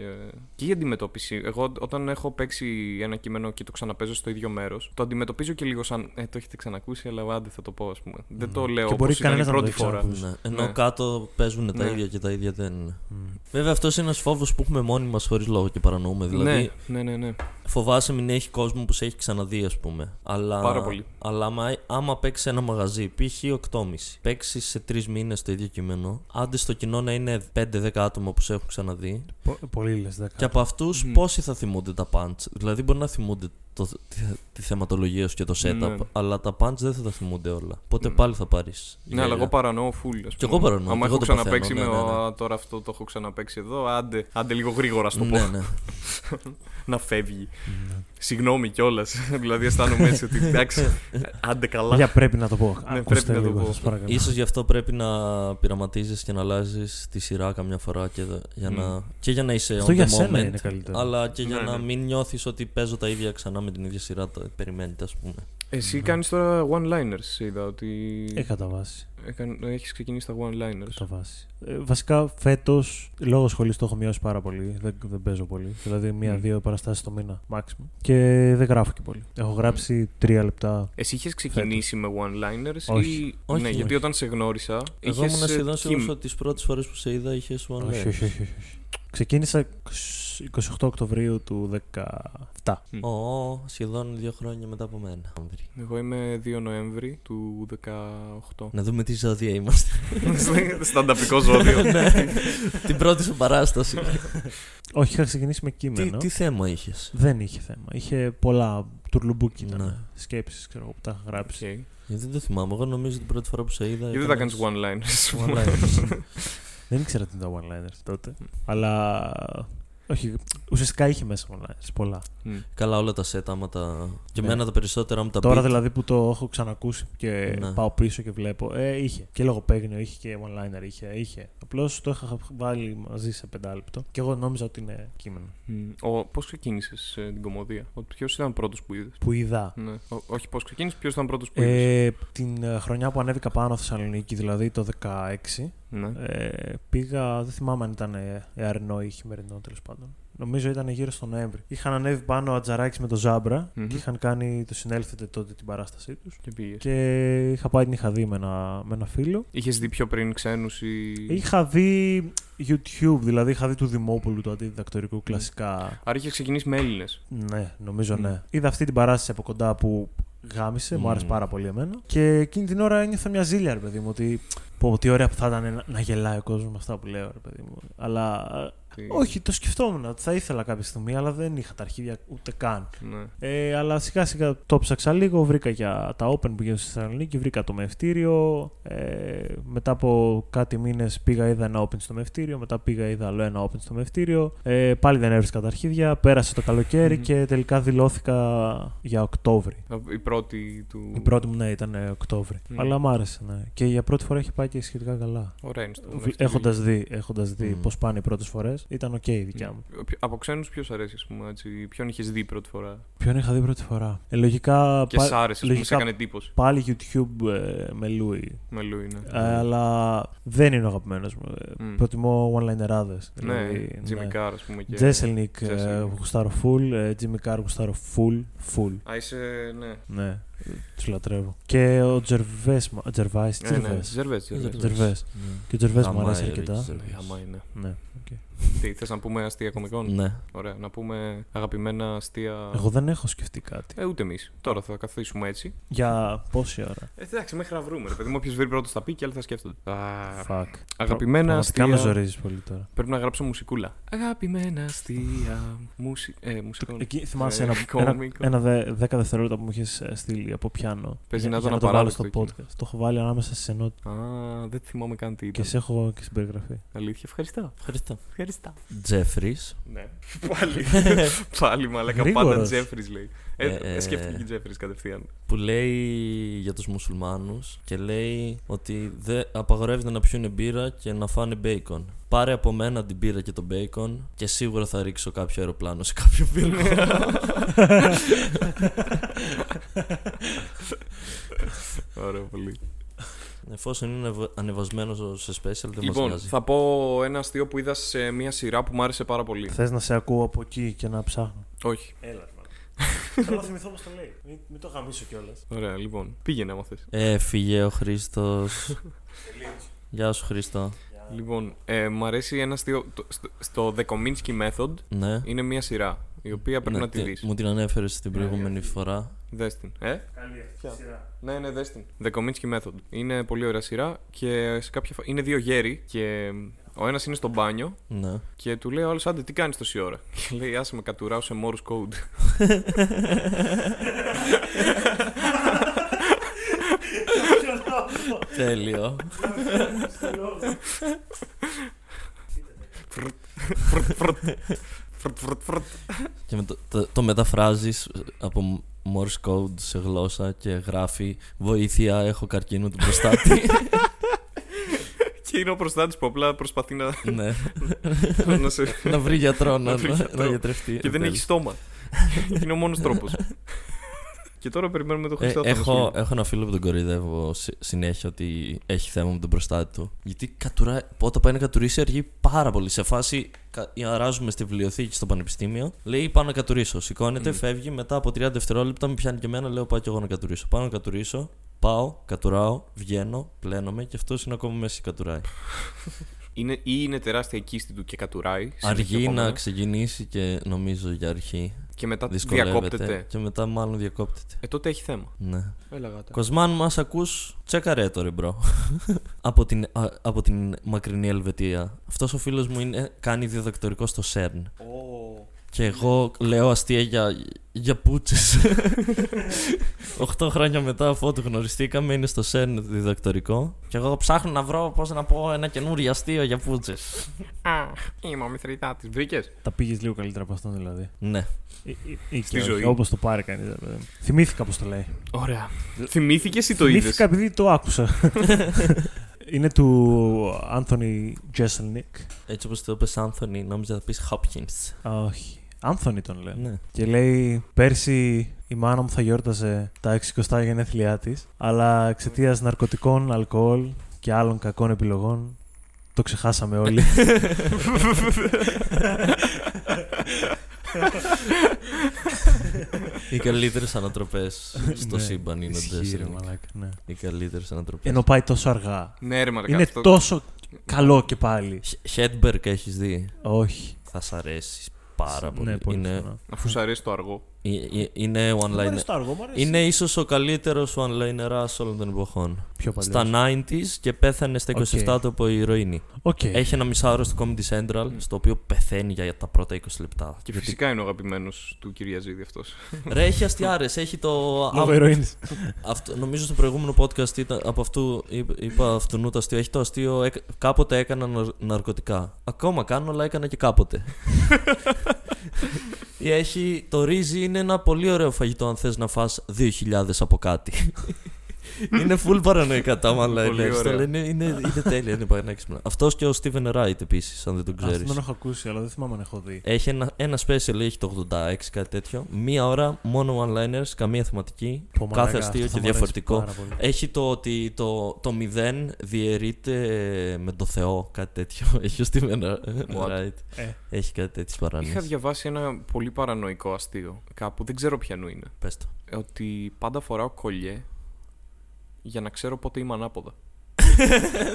Speaker 1: και η αντιμετώπιση. Εγώ όταν έχω παίξει ένα κείμενο και το ξαναπέζω στο ίδιο μέρος, το αντιμετωπίζω και λίγο σαν. Ε, το έχετε ξανακούσει, αλλά άντε θα το πω, ας πούμε. Δεν το λέω
Speaker 4: Και
Speaker 1: όπως
Speaker 4: μπορεί
Speaker 1: ήταν η
Speaker 4: κανένας να το
Speaker 1: πρώτη
Speaker 4: δει ξανά.
Speaker 1: φορά.
Speaker 4: Πώς.
Speaker 3: Ναι. Ενώ
Speaker 1: Ναι.
Speaker 3: κάτω παίζουν τα
Speaker 1: Ναι.
Speaker 3: ίδια και τα ίδια δεν είναι.
Speaker 4: Μμ.
Speaker 3: Βέβαια, αυτός είναι ένας φόβος που έχουμε μόνοι μας χωρίς λόγο και παρανοούμε. Δηλαδή,
Speaker 1: Ναι, ναι, ναι. ναι.
Speaker 3: Φοβάσαι μην έχει κόσμο που σε έχει ξαναδεί, ας πούμε. Αλλά,
Speaker 1: Πάρα πολύ.
Speaker 3: Αλλά άμα, άμα παίξεις ένα μαγαζί, π.χ. 8,5, παίξεις σε τρεις μήνες το ίδιο κείμενο, άντε στο κοινό να είναι 5-10 άτομα που σε έχουν ξαναδεί,
Speaker 4: Πο- Πολύ λες.
Speaker 3: και από αυτούς
Speaker 1: Μμμ.
Speaker 3: πόσοι θα θυμούνται τα punch. Δηλαδή, μπορεί να θυμούνται το, τη, τη θεματολογία σου και το setup,
Speaker 1: Ναι.
Speaker 3: αλλά τα punch δεν θα τα θυμούνται όλα. Οπότε
Speaker 1: Ναι.
Speaker 3: πάλι θα πάρεις.
Speaker 1: Ναι, αλλά εγώ παρανοώ φουλ. Κι
Speaker 3: εγώ παρανοώ, κι
Speaker 1: Άμα
Speaker 3: εγώ
Speaker 1: έχω
Speaker 3: το
Speaker 1: ξαναπέξει
Speaker 3: παθαίνω,
Speaker 1: με
Speaker 3: ναι, ναι,
Speaker 1: «Α, τώρα αυτό το έχω ξαναπέξει εδώ, άντε, άντε λίγο γρήγορα στο πω.
Speaker 3: Ναι, ναι.
Speaker 1: να φεύγει. Συγγνώμη κιόλας. δηλαδή αισθάνομαι έτσι ότι εντάξει, άντε καλά.
Speaker 4: Για πρέπει να το πω.
Speaker 1: Ναι,
Speaker 4: Ακούστε
Speaker 1: πρέπει να το
Speaker 4: λίγο,
Speaker 1: πω.
Speaker 4: σας παρακαλώ.
Speaker 3: Ίσως γι' αυτό πρέπει να πειραματίζεις και να αλλάζεις τη σειρά καμιά φορά και, δε- για να, και για να είσαι
Speaker 4: Αυτό
Speaker 3: on
Speaker 4: για
Speaker 3: the
Speaker 4: σένα
Speaker 3: moment,
Speaker 4: είναι καλύτερο.
Speaker 3: αλλά και για
Speaker 1: Ναι,
Speaker 3: να
Speaker 1: ναι.
Speaker 3: μην νιώθεις ότι παίζω τα ίδια ξανά με την ίδια σειρά, το περιμένετε ας πούμε.
Speaker 1: Εσύ κάνεις τώρα one-liners, είδα ότι
Speaker 4: Ε, κατά βάση.
Speaker 1: έκαν- έχεις ξεκινήσει τα one-liners.
Speaker 4: Κατά βάση. Ε, βασικά φέτος, λόγω σχολής το έχω μειώσει πάρα πολύ. Δεν, δεν παίζω πολύ. Δηλαδή, μία-δύο παραστάσεις το μήνα maximum. Και δεν γράφω και πολύ. Έχω γράψει τρία λεπτά.
Speaker 1: Εσύ είχες ξεκινήσει με one-liners ή...
Speaker 4: Όχι.
Speaker 1: ναι,
Speaker 3: Όχι,
Speaker 1: γιατί
Speaker 3: όχι.
Speaker 1: όταν σε γνώρισα
Speaker 3: Εγώ
Speaker 1: είχες,
Speaker 3: ήμουν
Speaker 1: ε,
Speaker 3: σχεδόν σίγουρος
Speaker 1: team.
Speaker 3: ότι τις πρώτες φορές που σε είδα είχες one
Speaker 4: όχι,
Speaker 3: leg.
Speaker 4: όχι, όχι, όχι, όχι. Ξεκίνησα 28 Οκτωβρίου του 17.
Speaker 3: Ω, ω, σχεδόν δύο χρόνια μετά από μένα.
Speaker 1: Εγώ είμαι 2 Νοέμβρη του 18.
Speaker 3: Να δούμε τι ζώδια είμαστε.
Speaker 1: Στανταπικό ζώδιο.
Speaker 3: Ναι. την πρώτη σου παράσταση.
Speaker 4: Όχι, είχα ξεκινήσει με
Speaker 3: τι,
Speaker 4: κείμενο.
Speaker 3: τι θέμα είχες.
Speaker 4: Δεν είχε θέμα. Είχε πολλά τουρλουμπούκι ήταν.
Speaker 3: Ναι.
Speaker 4: Σκέψεις, ξέρω εγώ, που τα είχα γράψει.
Speaker 1: Okay.
Speaker 3: Γιατί δεν το θυμάμαι. Εγώ νομίζω την πρώτη φορά που σε
Speaker 4: Ε,
Speaker 3: είδα.
Speaker 1: Γιατί δεν τα κάνεις one-liners.
Speaker 3: one leg.
Speaker 4: Δεν ήξερα τι ήταν τα one-liners τότε. Αλλά Όχι, ουσιαστικά είχε μέσα online, πολλά.
Speaker 1: Μμ.
Speaker 3: Καλά, όλα τα set άμα τα. Και
Speaker 4: Ναι.
Speaker 3: μένα τα περισσότερα μου τα
Speaker 4: Τώρα
Speaker 3: beat-
Speaker 4: δηλαδή που το έχω ξανακούσει και
Speaker 3: Ναι.
Speaker 4: πάω πίσω και βλέπω. Ε, είχε. Και λογοπαίγνιο είχε και one-liner είχε. είχε. Απλώς το είχα βάλει μαζί σε πεντάλεπτο. Και εγώ νόμιζα ότι είναι κείμενο.
Speaker 1: Πώς ξεκίνησες ε, την κομμωδία, Ποιος ήταν πρώτος που είδες.
Speaker 4: Που είδα.
Speaker 1: Ναι. Ο- όχι, πώς ξεκίνησες, ποιος ήταν πρώτος που είδε.
Speaker 4: Ε, την ε, χρονιά που ανέβηκα πάνω Θεσσαλονίκη, δηλαδή το 16,
Speaker 1: ναι.
Speaker 4: Ε, πήγα, δεν θυμάμαι αν ήταν ε, εαρνό ή χειμερινό τέλος πάντων. Νομίζω ήταν γύρω στο Νοέμβρη. Είχαν ανέβει πάνω ο Ατζαράκης με τον ζαμπρα
Speaker 1: Μμμ.
Speaker 4: και είχαν κάνει το συνέλθετε τότε την παράστασή τους.
Speaker 1: Και πήγες.
Speaker 4: Και είχα πάει την είχα δει με ένα, με ένα φίλο.
Speaker 1: Είχες δει πιο πριν ξένους ή.
Speaker 4: Είχα δει YouTube, δηλαδή είχα δει του Δημόπουλου του αντιδιδακτορικού κλασικά.
Speaker 1: Άρα είχε ξεκινήσει με Έλληνες.
Speaker 4: Ναι, νομίζω
Speaker 1: Μμ.
Speaker 4: ναι. Είδα αυτή την παράσταση από κοντά που γάμισε, μου
Speaker 3: Μμ.
Speaker 4: άρεσε πάρα πολύ εμένα. Και εκείνη την ώρα ένιωθα μια ζήλια, ρε παιδί μου, ότι πω, τι ωραία που θα ήταν να, να γελάει ο κόσμος με αυτά που λέω, ρε παιδί μου. Αλλά όχι, το σκεφτόμουν ότι θα ήθελα κάποια στιγμή, αλλά δεν είχα τα αρχίδια ούτε καν.
Speaker 1: Ναι.
Speaker 4: Ε, αλλά σιγά σιγά το ψάξα λίγο, βρήκα για τα Open που γίνονται στη Θεσσαλονίκη, βρήκα το μευτήριο. Ε, μετά από κάτι μήνες πήγα, είδα ένα Open στο μευτήριο, μετά πήγα, είδα άλλο ένα Open στο μευτήριο. Ε, πάλι δεν έβρισκα τα αρχίδια, πέρασε το καλοκαίρι
Speaker 1: Μμμ.
Speaker 4: και τελικά δηλώθηκα για Οκτώβρη.
Speaker 1: Η πρώτη του.
Speaker 4: Η πρώτη μου, ναι, ήταν ε, Οκτώβρη.
Speaker 1: Μμ.
Speaker 4: Αλλά μ' άρεσε, ναι. Και για πρώτη φορά έχει πάει και σχετικά καλά.
Speaker 1: Ωραία είναι στο
Speaker 4: Έχοντα δει, έχοντας δει
Speaker 3: Μμ.
Speaker 4: πώς πάνε οι πρώτες φορές, ήταν οκ η δικιά μου.
Speaker 1: Ποιο- Από ξένους, ποιος αρέσει, ας πούμε, έτσι. Ποιον είχες δει πρώτη φορά.
Speaker 4: Ποιον είχα δει πρώτη φορά. Ε, λογικά
Speaker 1: Και
Speaker 4: πα-
Speaker 1: σ' άρεσε, ας πούμε, σε
Speaker 4: λογικά-
Speaker 1: έκανε εντύπωση.
Speaker 4: πάλι YouTube ε, με Λούι.
Speaker 1: Με Λούι, ναι.
Speaker 4: Ε, αλλά δεν είναι ο αγαπημένος μου. Ε,
Speaker 1: Μμ.
Speaker 4: Προτιμώ Δηλαδή, one linerάδε.
Speaker 1: Ναι, Jimmy Carr, ας πούμε. και-
Speaker 4: Τζέσελνικ ε,
Speaker 1: Τζέσελνικ.
Speaker 4: γουστάρω full, ε, Jimmy Carr γουστάρω full, full.
Speaker 1: Α, είσαι. Ναι.
Speaker 4: Ναι, τους λατρεύω. Και ο Τζερβές, μα- Τζερβάης, τι
Speaker 1: Ε, ναι,
Speaker 4: Τζερβές.
Speaker 1: Τζερβές, Τζερβές.
Speaker 4: Τζερβές.
Speaker 3: Ναι.
Speaker 4: Και ο Τζερβές μου
Speaker 3: Γαμάει,
Speaker 4: αρέσει
Speaker 3: ρε,
Speaker 4: αρκετά.
Speaker 3: Τζερβές.
Speaker 1: Ναι, άμα είναι.
Speaker 4: Ναι.
Speaker 1: Τι, θες να πούμε αστεία κομικών.
Speaker 3: Ναι.
Speaker 1: Ωραία, να πούμε αγαπημένα αστεία.
Speaker 4: Εγώ δεν έχω σκεφτεί κάτι.
Speaker 1: Ε, ούτε εμείς. Τώρα θα καθίσουμε έτσι.
Speaker 4: Για πόση ώρα.
Speaker 1: Ε, εντάξει, μέχρι να βρούμε. Ρε παιδί μου, όποιος βρει πρώτος θα πει και άλλοι θα σκέφτονται. Α,
Speaker 4: Fuck.
Speaker 1: αγαπημένα
Speaker 4: Πραγματικά με
Speaker 1: αστεία.
Speaker 4: ζορίζεις πολύ τώρα.
Speaker 1: Πρέπει να γράψω μουσικούλα. Αγαπημένα αστεία. Μουσι... Ε, μουσικών.
Speaker 4: Εκεί θυμάσαι
Speaker 1: Ε,
Speaker 4: ένα, ένα,
Speaker 1: κωμικό.
Speaker 4: ένα δε, δέκα δευτερόλεπτα που μου είχες στείλει από πιάνο.
Speaker 1: Παίζει να
Speaker 4: για
Speaker 1: ήταν
Speaker 4: το βάλω
Speaker 1: απαράδεκτο
Speaker 4: στο
Speaker 1: εκείνο.
Speaker 4: podcast. Το έχω βάλει ανάμεσα σε ενότητα
Speaker 1: Α, δεν θυμάμαι καν τι
Speaker 4: και
Speaker 1: ήταν.
Speaker 4: σε έχω και στην περιγραφή.
Speaker 1: Αλήθεια, ευχαριστώ.
Speaker 3: Ευχαριστώ.
Speaker 1: Ευχαριστώ.
Speaker 3: Τζέφρις.
Speaker 1: Ναι. Πάλι. Πάλι μαλακά. Πάντα
Speaker 4: Γρήγορος.
Speaker 1: Τζέφρις λέει. Ε,
Speaker 3: Ε, ε,
Speaker 1: σκέφτηκε και Τζέφρι κατευθείαν.
Speaker 3: που λέει για τους μουσουλμάνους και λέει ότι δε, απαγορεύεται να πιούνε μπύρα και να φάνε μπέικον. Πάρε από μένα την μπύρα και το μπέικον και σίγουρα θα ρίξω κάποιο αεροπλάνο σε κάποιο πύργο.
Speaker 1: Ωραία, πολύ.
Speaker 3: Εφόσον είναι ανεβα- ανεβασμένος σε special δεν μας
Speaker 1: Λοιπόν,
Speaker 3: νοιάζει.
Speaker 1: θα πω ένα αστείο που είδα σε μια σειρά που μου άρεσε πάρα πολύ.
Speaker 4: Θες να σε ακούω από εκεί και να ψάχνω.
Speaker 1: Όχι.
Speaker 4: Έλα, Θέλω να θυμηθώ πώς το λέει. Μην, το γαμίσω κιόλας.
Speaker 1: Ωραία, λοιπόν. Πήγαινε άμα θες.
Speaker 3: Έφυγε Ε, ο Χρήστος. Γεια σου Χρήστο.
Speaker 1: Λοιπόν, ε, μου αρέσει ένα αστείο. το- στο- Στο The Kominsky Method
Speaker 3: Ναι.
Speaker 1: είναι μια σειρά η οποία πρέπει
Speaker 3: Ναι,
Speaker 1: να τη
Speaker 3: τι-
Speaker 1: δεις. Ναι.
Speaker 3: Μου την ανέφερες την προηγούμενη φορά.
Speaker 1: Δες την. Ε?
Speaker 4: Καλή αυτή σειρά.
Speaker 1: Ναι, ναι, δες την. The Kominsky Method. Είναι πολύ ωραία σειρά και σε κάποια φα... είναι δύο γέροι και ο ένας είναι στο μπάνιο
Speaker 3: Ναι.
Speaker 1: και του λέει ο άλλος, άντε τι κάνεις τόση ώρα. Και λέει, άσε με κατουράω σε Morse Code.
Speaker 3: Τέλειο.
Speaker 1: Φρουτ, φρουτ. Φρουτ, φρουτ, φρουτ.
Speaker 3: Και με το, το, το μεταφράζεις από Morse code σε γλώσσα και γράφει «Βοήθεια, έχω καρκίνο του προστάτη».
Speaker 1: και είναι ο προστάτης που απλά προσπαθεί να,
Speaker 3: ναι.
Speaker 1: να σε...
Speaker 3: να βρει γιατρό να,
Speaker 1: Να βρει
Speaker 3: να-
Speaker 1: γιατρό.
Speaker 3: να γιατρευτεί.
Speaker 1: και δεν έχει στόμα. είναι ο μόνος τρόπος. και τώρα περιμένουμε τον
Speaker 3: Ε,
Speaker 1: Χριστό.
Speaker 3: έχω, έχω ένα φίλο που τον κοροϊδεύω συ- συνέχεια ότι έχει θέμα με τον προστάτη του. Γιατί κατουράει, όταν πάει να κατουρίσει αργεί πάρα πολύ. Σε φάση κα- αράζουμε στη βιβλιοθήκη στο πανεπιστήμιο, λέει πάω να κατουρίσω. Σηκώνεται,
Speaker 1: Μμμ.
Speaker 3: φεύγει, μετά από 30 δευτερόλεπτα με πιάνει και εμένα, λέω πάω και εγώ να κατουρίσω. Πάω να κατουρίσω, πάω, κατουράω, βγαίνω, πλένομαι και αυτός είναι ακόμα μέσα και κατουράει.
Speaker 1: Είναι, ή είναι τεράστια η κίστη του και κατουράει.
Speaker 3: Αργεί
Speaker 1: συνεχιζόμενα,
Speaker 3: να ξεκινήσει και νομίζω για αρχή
Speaker 1: Και μετά
Speaker 3: δυσκολεύεται.
Speaker 1: διακόπτεται.
Speaker 3: Και μετά μάλλον διακόπτεται.
Speaker 1: Ε, τότε έχει θέμα.
Speaker 3: Ναι.
Speaker 1: Έλα γάτα.
Speaker 3: Κοσμάν, μας ακούς, τσέκαρε το ρε μπρο. από, την, α, από την μακρινή Ελβετία. Αυτός ο φίλος μου είναι, κάνει διδακτορικό στο ΣΕΡΝ. Και εγώ λέω αστεία για, για πούτσες. Οχτώ χρόνια μετά αφού του γνωριστήκαμε, είναι στο ΣΕΝ διδακτορικό. Και εγώ ψάχνω να βρω πώς να πω ένα καινούριο αστείο για πούτσες.
Speaker 1: Α, είμαι ο Μηθρητά της. Βρήκες.
Speaker 4: Τα πήγες λίγο καλύτερα από αυτόν δηλαδή.
Speaker 3: Ναι.
Speaker 4: ε,
Speaker 1: Στη ζωή.
Speaker 4: Όπως το πάρει κανείς. Θυμήθηκα πώς το λέει.
Speaker 1: Ωραία. Θυμήθηκες ή το είδε.
Speaker 4: Θυμήθηκα επειδή το άκουσα. Είναι του Άνθονι Τζέσελνικ.
Speaker 3: Έτσι όπως το είπες, Άνθονη, νόμιζα να πεις Χόπκιν.
Speaker 4: Α, Όχι. Άνθονι τον λέω.
Speaker 3: Ναι.
Speaker 4: Και λέει, πέρσι η μάνα μου θα γιόρταζε τα 60 γενέθλιά της, αλλά εξαιτίας ναρκωτικών, αλκοόλ και άλλων κακών επιλογών το ξεχάσαμε όλοι.
Speaker 3: Οι καλύτερες ανατροπές στο
Speaker 4: Ναι,
Speaker 3: σύμπαν είναι ο
Speaker 4: Ισχύει, ρε
Speaker 3: Τζέσσερι.
Speaker 4: μαλάκα, ναι.
Speaker 3: Οι καλύτερες ανατροπές.
Speaker 4: Ενώ πάει τόσο αργά.
Speaker 1: Ναι, ρε μαλακά.
Speaker 4: Είναι
Speaker 1: αυτό-
Speaker 4: τόσο καλό και πάλι.
Speaker 3: Χέντμπεργκ έχεις δει.
Speaker 4: Όχι.
Speaker 3: Θα σ' αρέσει πάρα πολύ.
Speaker 4: Ναι, πολύ
Speaker 3: είναι,
Speaker 4: πιθανό.
Speaker 1: Αφού σου αρέσει το αργό.
Speaker 3: ε- ε- είναι
Speaker 4: Μου αρέσει
Speaker 3: one-liner.
Speaker 4: το αργό, μου αρέσει.
Speaker 3: Είναι ίσως ο καλύτερος one-liner όλων των εποχών.
Speaker 4: πιο παλιός.
Speaker 3: Στα 90s και πέθανε στα 27 του από ηρωίνη.
Speaker 4: Οκ.
Speaker 3: Έχει ένα μισάωρο στο Comedy Central, στο οποίο πεθαίνει για τα πρώτα 20 λεπτά.
Speaker 1: Και φυσικά είναι ο αγαπημένος του Κυριαζίδη αυτός.
Speaker 3: Ρε, έχει αστιάρες, έχει το.
Speaker 4: Λόγω ηρωίνης.
Speaker 3: Αυτό, νομίζω στο προηγούμενο podcast ήταν, από αυτού, είπ- είπα αυτού το αστείο. Έχει το αστείο. έκ- κάποτε έκανα ναρ- ναρκωτικά. Ακόμα κάνω, αλλά έκανα και κάποτε. Ή έχει, το ρύζι είναι ένα πολύ ωραίο φαγητό αν θες να φας 2.000 από κάτι. είναι full παρανοϊκά τα μάλλα.
Speaker 1: Πολύ
Speaker 3: Είναι,
Speaker 1: ωραία.
Speaker 3: είναι, είναι, είναι τέλεια, είναι πανέξυπνα. Αυτός και ο Steven Wright επίσης, αν δεν τον
Speaker 4: Αυτόν
Speaker 3: ξέρεις.
Speaker 4: τον έχω ακούσει, αλλά δεν θυμάμαι αν έχω δει.
Speaker 3: Έχει ένα, ένα special, έχει το 86, κάτι τέτοιο. Μία ώρα, μόνο one-liners, καμία θεματική.
Speaker 4: Πω, μαλάκα,
Speaker 3: κάθε αστείο
Speaker 4: αυτό
Speaker 3: και
Speaker 4: θα μου αρέσει
Speaker 3: διαφορετικό. Ε,
Speaker 4: πάρα πολύ.
Speaker 3: Έχει το ότι το, το μηδέν διαιρείται με το Θεό, κάτι τέτοιο. Έχει ο Steven
Speaker 1: What?
Speaker 3: Wright.
Speaker 4: Ε.
Speaker 3: Έχει κάτι τέτοιες
Speaker 1: Είχα
Speaker 3: παράνοιες.
Speaker 1: διαβάσει ένα πολύ παρανοϊκό αστείο κάπου, δεν ξέρω ποιανού είναι.
Speaker 3: Πες το.
Speaker 1: Ότι πάντα φοράω κολλιέ για να ξέρω πότε είμαι ανάποδα.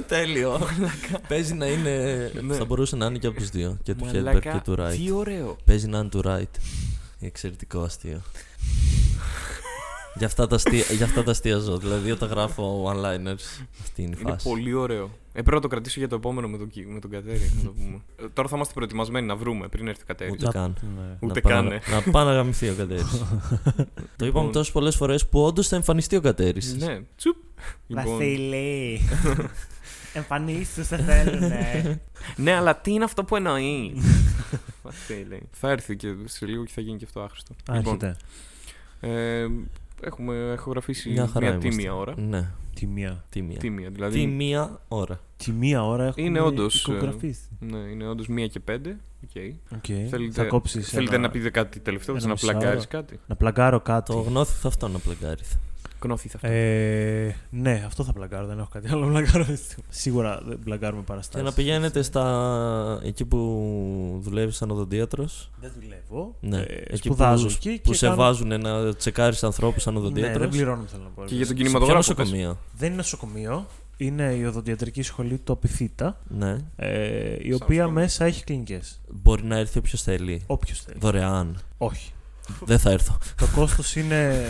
Speaker 3: Τέλειο. Παίζει να είναι...
Speaker 1: Ναι.
Speaker 3: Θα μπορούσε να είναι και από τους δύο. Και του Hedberg
Speaker 1: Μαλάκα,
Speaker 3: και του Wright.
Speaker 1: Τι ωραίο.
Speaker 3: Παίζει να είναι του Wright. Εξαιρετικό αστείο. για, αυτά τα αστεία, για αυτά τα αστεία ζω. Δηλαδή, όταν γράφω one-liners, αυτή είναι η
Speaker 1: Είναι
Speaker 3: φάση.
Speaker 1: πολύ ωραίο. Ε, πρέπει να το κρατήσω για το επόμενο με τον, Κι- με τον Κατέρι. να το πούμε. Ε, τώρα θα είμαστε προετοιμασμένοι να βρούμε πριν έρθει ο Κατέρι.
Speaker 3: Ούτε καν.
Speaker 4: Ναι.
Speaker 1: Ούτε
Speaker 3: να πάω
Speaker 1: καν,
Speaker 3: να-
Speaker 1: ε.
Speaker 3: Να πάω να γαμηθεί ο Κατέρης. Το είπαμε
Speaker 1: Λοιπόν.
Speaker 3: τόσες πολλές φορές που όντως θα εμφανιστεί ο Κατέρης.
Speaker 1: Ναι, τσουπ. Λοιπόν,
Speaker 5: Βασίλη. Εμφανίσου, σε θέλουνε.
Speaker 1: ναι, αλλά τι είναι αυτό που εννοεί. Βασίλη. θα έρθει και σε λίγο και θα γίνει και αυτό άχρηστο. Λοιπόν,
Speaker 4: Άρχεται.
Speaker 1: ε, έχουμε, έχω γραφήσει
Speaker 3: Μια
Speaker 1: μια,
Speaker 3: χαρά είμαστε.
Speaker 1: τίμια ώρα.
Speaker 3: Ναι,
Speaker 4: Τη μία.
Speaker 3: τίμια.
Speaker 1: Τίμια, δηλαδή.
Speaker 3: Τι μία ώρα.
Speaker 4: Τη μία ώρα έχουμε
Speaker 1: Είναι όντως, ε,
Speaker 4: οικογραφίσει.
Speaker 1: Ναι, είναι όντως μία και πέντε. Οκ.
Speaker 4: Οκ.
Speaker 3: Ε,
Speaker 1: Θέλετε,
Speaker 4: Θα κόψεις
Speaker 1: θέλετε
Speaker 4: ένα-
Speaker 1: να πείτε κάτι τελευταίο,
Speaker 4: ένα
Speaker 1: να
Speaker 4: μισάωρο.
Speaker 1: πλακάρει κάτι.
Speaker 4: Να πλαγκάρω
Speaker 3: Το
Speaker 4: κάτω.
Speaker 3: γνώθι θα αυτό να πλαγκάρεις.
Speaker 1: Κνώθη θα αυτό.
Speaker 4: Ε, ναι, αυτό θα πλαγκάρω. Δεν έχω κάτι άλλο να πλαγκάρω. αυτή τη στιγμή. Σίγουρα δεν πλαγκάρουμε
Speaker 3: Και
Speaker 4: παραστάσεις.
Speaker 3: να πηγαίνετε στα... εκεί που δουλεύεις σαν οδοντίατρος.
Speaker 4: Δεν δουλεύω.
Speaker 3: Ναι,
Speaker 4: Ε,
Speaker 3: εκεί
Speaker 4: σπουδάζω
Speaker 3: που-
Speaker 4: εκεί
Speaker 3: Που
Speaker 4: και
Speaker 3: σε
Speaker 4: κάνω-
Speaker 3: βάζουν να τσεκάρεις ανθρώπους σαν
Speaker 4: Ναι, δεν
Speaker 3: οδοντίατρο.
Speaker 4: πληρώνω, θέλω να πω.
Speaker 1: και για τον
Speaker 3: Σε ποια
Speaker 1: κινηματογράφο. πες.
Speaker 3: νοσοκομεία.
Speaker 4: Δεν είναι νοσοκομείο. Είναι η οδοντιατρική σχολή του Απιθύτα,
Speaker 3: Ναι.
Speaker 4: ε, η
Speaker 1: Σαν
Speaker 4: οποία
Speaker 1: αυτό.
Speaker 4: μέσα έχει κλινικές.
Speaker 3: Μπορεί να έρθει όποιος θέλει.
Speaker 4: Όποιος θέλει.
Speaker 3: Δωρεάν.
Speaker 4: Όχι.
Speaker 3: Δεν θα έρθω.
Speaker 4: Το κόστος είναι.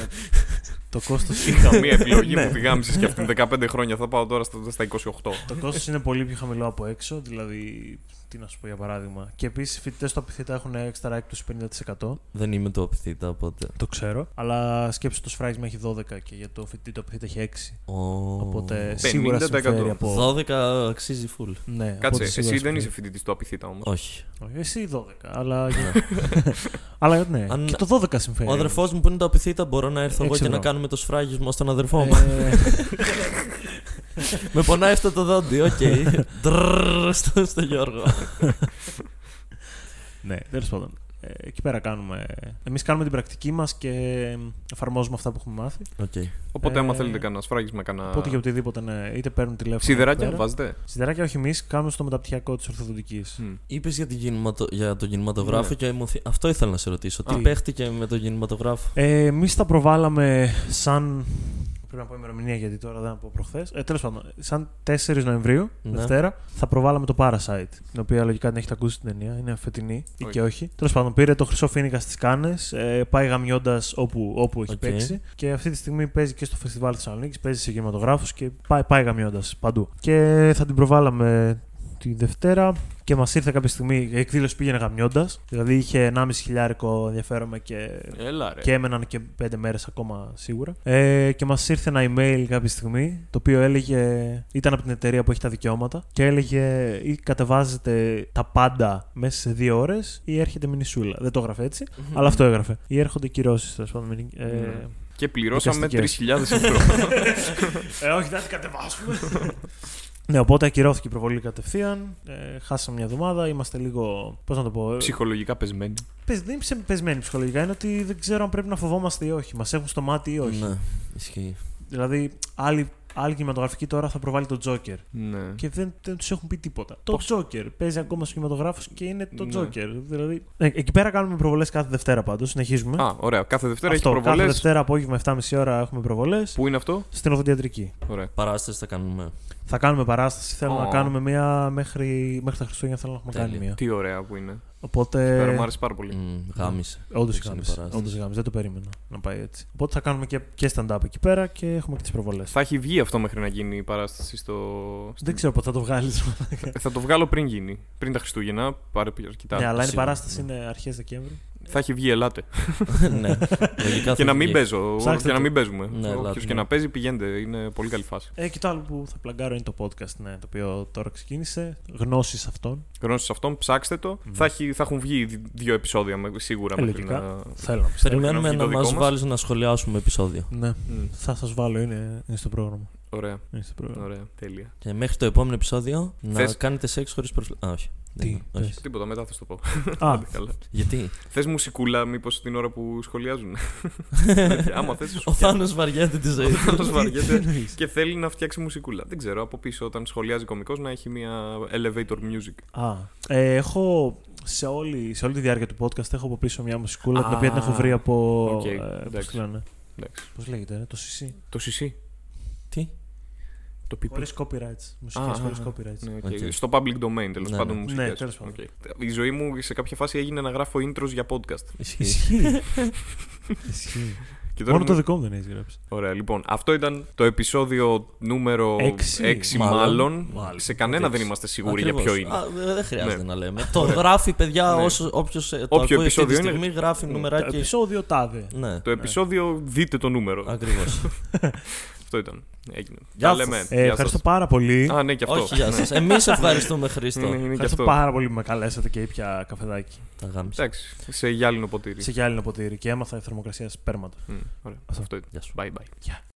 Speaker 4: το κόστος
Speaker 1: Είχα μία επιλογή
Speaker 4: Ναι. Ε,
Speaker 1: που τη γάμισε και αυτήν 15 χρόνια. Θα πάω τώρα στα, στα 28.
Speaker 4: Το κόστος είναι πολύ πιο χαμηλό από έξω, δηλαδή. Τι να σου πω για παράδειγμα. Και επίσης οι φοιτητές του Απιθύτα έχουν έξτρα έκπτωση 50%.
Speaker 3: Δεν είμαι το απειθήτα, οπότε.
Speaker 4: Το ξέρω. Αλλά σκέψου το σφράγισμα έχει 12 και για το φοιτητή του Απιθύτα έχει 6.
Speaker 3: Ω.
Speaker 4: Οπότε σίγουρα
Speaker 1: 50%.
Speaker 4: συμφέρει από.
Speaker 3: 12 αξίζει full.
Speaker 4: Ναι,
Speaker 1: Κάτσε,
Speaker 4: οπότε σίγουρα
Speaker 1: εσύ δεν
Speaker 4: συμφέρει.
Speaker 1: είσαι φοιτητής του Απιθύτα όμως.
Speaker 3: Όχι.
Speaker 4: Όχι, εσύ 12, αλλά. αλλά ναι,
Speaker 3: Αν-
Speaker 4: και το 12 συμφέρει.
Speaker 3: Ο αδερφός μου που είναι το απειθήτα, μπορώ να έρθω εγώ
Speaker 4: Έξι
Speaker 3: και να
Speaker 4: ευρώ.
Speaker 3: κάνουμε το σφράγισμα στον αδερφό μου.
Speaker 4: Ε,
Speaker 3: Με πονάει αυτό το δόντι, οκ.
Speaker 4: Ε.
Speaker 3: Ντρρρρ, στο- Στο Γιώργο.
Speaker 4: Ναι, τέλος πάντων. Ε, εκεί πέρα κάνουμε. Εμείς κάνουμε την πρακτική μας και εφαρμόζουμε αυτά που έχουμε μάθει.
Speaker 3: Οκ.
Speaker 1: Οπότε, άμα
Speaker 4: Ε,
Speaker 1: θέλετε κανένα σφράγισμα, κανένα.
Speaker 4: Οπότε για οτιδήποτε, ναι, είτε παίρνουν τηλέφωνο. εκεί
Speaker 1: Σιδεράκια
Speaker 4: πέρα.
Speaker 1: βάζετε.
Speaker 4: Σιδεράκια, όχι εμείς, κάνουμε στο μεταπτυχιακό της Ορθοδοτικής.
Speaker 1: Μμ.
Speaker 3: Είπες για, την κινηματο- για τον κινηματογράφο
Speaker 1: Ναι.
Speaker 3: και μου θυ- αυτό ήθελα να σε ρωτήσω. Τι
Speaker 4: Α.
Speaker 3: παίχτηκε με τον κινηματογράφο.
Speaker 4: Ε, εμείς τα προβάλαμε σαν. Πρέπει να πω ημερομηνία γιατί τώρα δεν θα πω προχθές. Ε, Τέλος πάντων, σαν 4 Νοεμβρίου,
Speaker 3: Ναι.
Speaker 4: Ε, Δευτέρα, θα προβάλαμε το Parasite. Την οποία λογικά την έχετε ακούσει την ταινία, είναι φετινή ή
Speaker 1: Όχι.
Speaker 4: και όχι. Τέλος πάντων, πήρε το χρυσό φίνικα στις Κάνες, πάει γαμιώντας όπου, όπου έχει
Speaker 3: Οκ.
Speaker 4: παίξει. Και αυτή τη στιγμή παίζει και στο φεστιβάλ Θεσσαλονίκης, παίζει σε κινηματογράφους και πάει, πάει γαμιώντας παντού. Και θα την προβάλαμε τη Δευτέρα και μας ήρθε κάποια στιγμή. Η εκδήλωση πήγαινε γαμιώντας. Δηλαδή είχε 1,5 χιλιάρικο ενδιαφέρομαι και
Speaker 1: Έλα ρε.
Speaker 4: Ε. και έμεναν και πέντε μέρες ακόμα σίγουρα. Ε, και μας ήρθε ένα email κάποια στιγμή το οποίο έλεγε. ήταν από την εταιρεία που έχει τα δικαιώματα και έλεγε ή κατεβάζετε τα πάντα μέσα σε δύο ώρες ή έρχεται μηνυσούλα. Δεν το έγραφε έτσι, αλλά αυτό έγραφε. Ή έρχονται κυρώσεις, τέλος πάντων. μηνυ- Ε,
Speaker 1: Ναι. Και πληρώσαμε
Speaker 4: Δικαστικές.
Speaker 1: 3.000 ευρώ.
Speaker 4: ε, όχι, δεν θα την κατεβάσουμε. ναι, οπότε ακυρώθηκε η προβολή κατευθείαν. Ε, χάσαμε μια εβδομάδα. Είμαστε λίγο. Πώς να το πω. ε,
Speaker 1: Ψυχολογικά πεσμένοι.
Speaker 4: Πες, δεν είμαι πεσμένοι ψυχολογικά. Είναι ότι δεν ξέρω αν πρέπει να φοβόμαστε ή όχι. Μας έχουν στο μάτι ή όχι.
Speaker 3: Ναι, ισχύει.
Speaker 4: Δηλαδή, άλλη, άλλη κινηματογραφική τώρα θα προβάλλει τον Τζόκερ.
Speaker 1: Ναι.
Speaker 4: Και δεν, δεν τους έχουν πει τίποτα. Το
Speaker 1: Πώς-
Speaker 4: Τζόκερ. Παίζει ακόμα στους κινηματογράφους και είναι το
Speaker 1: Ναι.
Speaker 4: Τζόκερ. Δηλαδή. Ε, εκεί πέρα κάνουμε προβολές κάθε Δευτέρα πάντως. Συνεχίζουμε.
Speaker 1: Α, ωραία. Κάθε Δευτέρα έχεις
Speaker 4: Αυτό, κάθε
Speaker 1: προβολές.
Speaker 4: Δευτέρα απόγευμα 7.30 ώρα έχουμε προβολές.
Speaker 1: Πού είναι αυτό?
Speaker 4: Στην οδοντιατρική.
Speaker 1: Ωραία.
Speaker 3: Παράσταση θα κάνουμε.
Speaker 4: Θα κάνουμε παράσταση. Θέλω να
Speaker 1: Ω.
Speaker 4: κάνουμε μία μέχρι, μέχρι τα Χριστούγεννα. Θέλω να έχουμε κάνει
Speaker 3: Τέλεια.
Speaker 4: μία.
Speaker 1: Τι ωραία που είναι. Πέρα
Speaker 4: Οπότε.
Speaker 1: μου άρεσε πάρα πολύ.
Speaker 3: Μμ,
Speaker 4: Ναι.
Speaker 3: Γάμισε.
Speaker 4: Όντω
Speaker 3: Εντάξει, είναι
Speaker 4: γάμισε.
Speaker 3: παράσταση.
Speaker 4: Όντως γάμισε. Δεν το περίμενα να πάει έτσι. Οπότε θα κάνουμε και, και stand-up εκεί πέρα και έχουμε και τις προβολές.
Speaker 1: Θα έχει βγει αυτό μέχρι να γίνει η παράσταση στο.
Speaker 4: Δεν ξέρω πότε θα το βγάλεις.
Speaker 1: Θα το βγάλω πριν γίνει. Πριν τα Χριστούγεννα. Πάρε πι- αρκετά.
Speaker 4: ναι, αλλά είναι
Speaker 3: σίγουρα.
Speaker 4: παράσταση, είναι αρχές Δεκέμβρη.
Speaker 1: Θα έχει βγει, ελάτε.
Speaker 3: ναι. Λογικά
Speaker 1: και
Speaker 3: θα
Speaker 1: να μην
Speaker 3: βγει.
Speaker 1: παίζω.
Speaker 4: Ψάξτε
Speaker 1: και να
Speaker 4: το.
Speaker 1: μην παίζουμε.
Speaker 3: Ναι,
Speaker 1: Όποιος
Speaker 3: ελάτε,
Speaker 1: και
Speaker 3: ναι.
Speaker 1: να παίζει, πηγαίνετε. Είναι πολύ καλή φάση.
Speaker 4: Ε, και το άλλο που θα πλαγκάρω είναι το podcast, ναι, το οποίο τώρα ξεκίνησε. Γνώσεις αυτών.
Speaker 1: Γνώση αυτών, ψάξτε το. Θα, έχει, θα έχουν βγει δι- δύο επεισόδια με- σίγουρα
Speaker 4: Ε,
Speaker 1: μέχρι
Speaker 4: λογικά.
Speaker 1: να.
Speaker 4: Θέλω να πιστεύω.
Speaker 3: Περιμένουμε
Speaker 1: βγει το
Speaker 3: να
Speaker 1: δικό
Speaker 3: μας
Speaker 1: μας.
Speaker 3: βάλεις να σχολιάσουμε επεισόδιο.
Speaker 4: Ναι.
Speaker 1: Μμ,
Speaker 4: Θα σας βάλω, είναι, είναι στο πρόγραμμα.
Speaker 1: Ωραία,
Speaker 4: Είναι στο πρόγραμμα.
Speaker 1: ωραία, τέλεια.
Speaker 3: Και μέχρι το επόμενο επεισόδιο να
Speaker 1: Θες-
Speaker 3: κάνετε σεξ χωρίς προσλήψη. Α, όχι.
Speaker 4: Τι,
Speaker 1: Ναι,
Speaker 3: Δεν-
Speaker 4: πες.
Speaker 3: όχι.
Speaker 1: Τίποτα, μετά θα σου το πω.
Speaker 4: Α,
Speaker 1: Καλά.
Speaker 3: Γιατί.
Speaker 1: Θες μουσικούλα, μήπως την ώρα που σχολιάζουν. Άμα θες.
Speaker 3: Ο Θάνος βαριέται τη ζωή. του.
Speaker 1: Θάνος
Speaker 4: τι
Speaker 1: βαριέται
Speaker 4: εννοείς?
Speaker 1: και θέλει να φτιάξει μουσικούλα. Δεν ξέρω, από πίσω όταν σχολιάζει κωμικός να έχει μια elevator music.
Speaker 4: Α, ε, έχω σε όλη, σε όλη τη διάρκεια του podcast έχω από πίσω μια μουσικούλα την
Speaker 1: Α,
Speaker 4: οποία την έχω βρει από.
Speaker 1: οκ,
Speaker 4: ε, πώς
Speaker 1: εντάξει.
Speaker 4: τη λένε.
Speaker 1: Εντάξει.
Speaker 4: Πώς λέγεται, ε, το CC.
Speaker 1: Το CC.
Speaker 3: Τι.
Speaker 1: Το PP.
Speaker 4: Χωρίς copyrights. Μουσικές
Speaker 1: Α,
Speaker 4: χωρίς
Speaker 1: α,
Speaker 4: copyrights.
Speaker 1: Ναι, οκ.
Speaker 3: Οκ.
Speaker 1: Στο public domain τέλος
Speaker 3: Ναι,
Speaker 1: πάντων
Speaker 3: ναι.
Speaker 1: μουσικές.
Speaker 4: Ναι, τέλος πάντων.
Speaker 1: Οκ. Η ζωή μου σε κάποια φάση έγινε να γράφω intros για podcast.
Speaker 3: Ισχύει.
Speaker 4: Ισχύει. Ισχύει.
Speaker 1: Και τώρα
Speaker 4: Μόνο το
Speaker 1: είμαι-
Speaker 4: δικό μου δεν έχεις γράψει.
Speaker 1: Ωραία, λοιπόν, αυτό ήταν το επεισόδιο νούμερο
Speaker 4: Έξι.
Speaker 1: 6,
Speaker 3: Μάλλον.
Speaker 1: μάλλον.
Speaker 3: Μάλλον.
Speaker 1: Σε κανένα
Speaker 3: Έξι.
Speaker 1: δεν είμαστε σίγουροι για
Speaker 3: Ακριβώς.
Speaker 1: ποιο είναι.
Speaker 3: Α, δε- δεν χρειάζεται
Speaker 1: Ναι.
Speaker 3: να λέμε. Το γράφει, παιδιά,
Speaker 1: Ναι.
Speaker 3: όσο- όποιος ε, το
Speaker 1: Όποιο
Speaker 3: ακούει αυτή τη
Speaker 1: επεισόδιο είναι.
Speaker 3: στιγμή, γράφει
Speaker 1: Ναι.
Speaker 4: Το
Speaker 3: νομεράκι.
Speaker 4: επεισόδιο τάδε.
Speaker 3: Ναι,
Speaker 1: Το επεισόδιο, δείτε το νούμερο.
Speaker 3: ακριβώς.
Speaker 1: Αυτό ήταν. Έγινε.
Speaker 3: Γεια
Speaker 1: Τα
Speaker 3: σας.
Speaker 1: λέμε.
Speaker 4: Ε,
Speaker 1: Γεια
Speaker 4: ευχαριστώ
Speaker 1: σας.
Speaker 4: πάρα πολύ.
Speaker 1: Α, ναι, και αυτό.
Speaker 3: Όχι, γεια
Speaker 1: Ναι.
Speaker 3: σας. Εμείς ευχαριστούμε, Χρήστο.
Speaker 1: Είναι και
Speaker 4: Ευχαριστώ
Speaker 1: αυτό.
Speaker 4: πάρα πολύ που με καλέσατε και ήπια καφεδάκι
Speaker 3: Τα γάμισα.
Speaker 1: Εντάξει, σε γυάλινο ποτήρι.
Speaker 4: σε γυάλινο ποτήρι και έμαθα η θερμοκρασία σπέρματος.
Speaker 1: Μμ, Ωραία.
Speaker 4: Αυτό.
Speaker 1: Αυτό ήταν.
Speaker 3: Γεια σου.
Speaker 1: Bye bye.
Speaker 4: Γεια.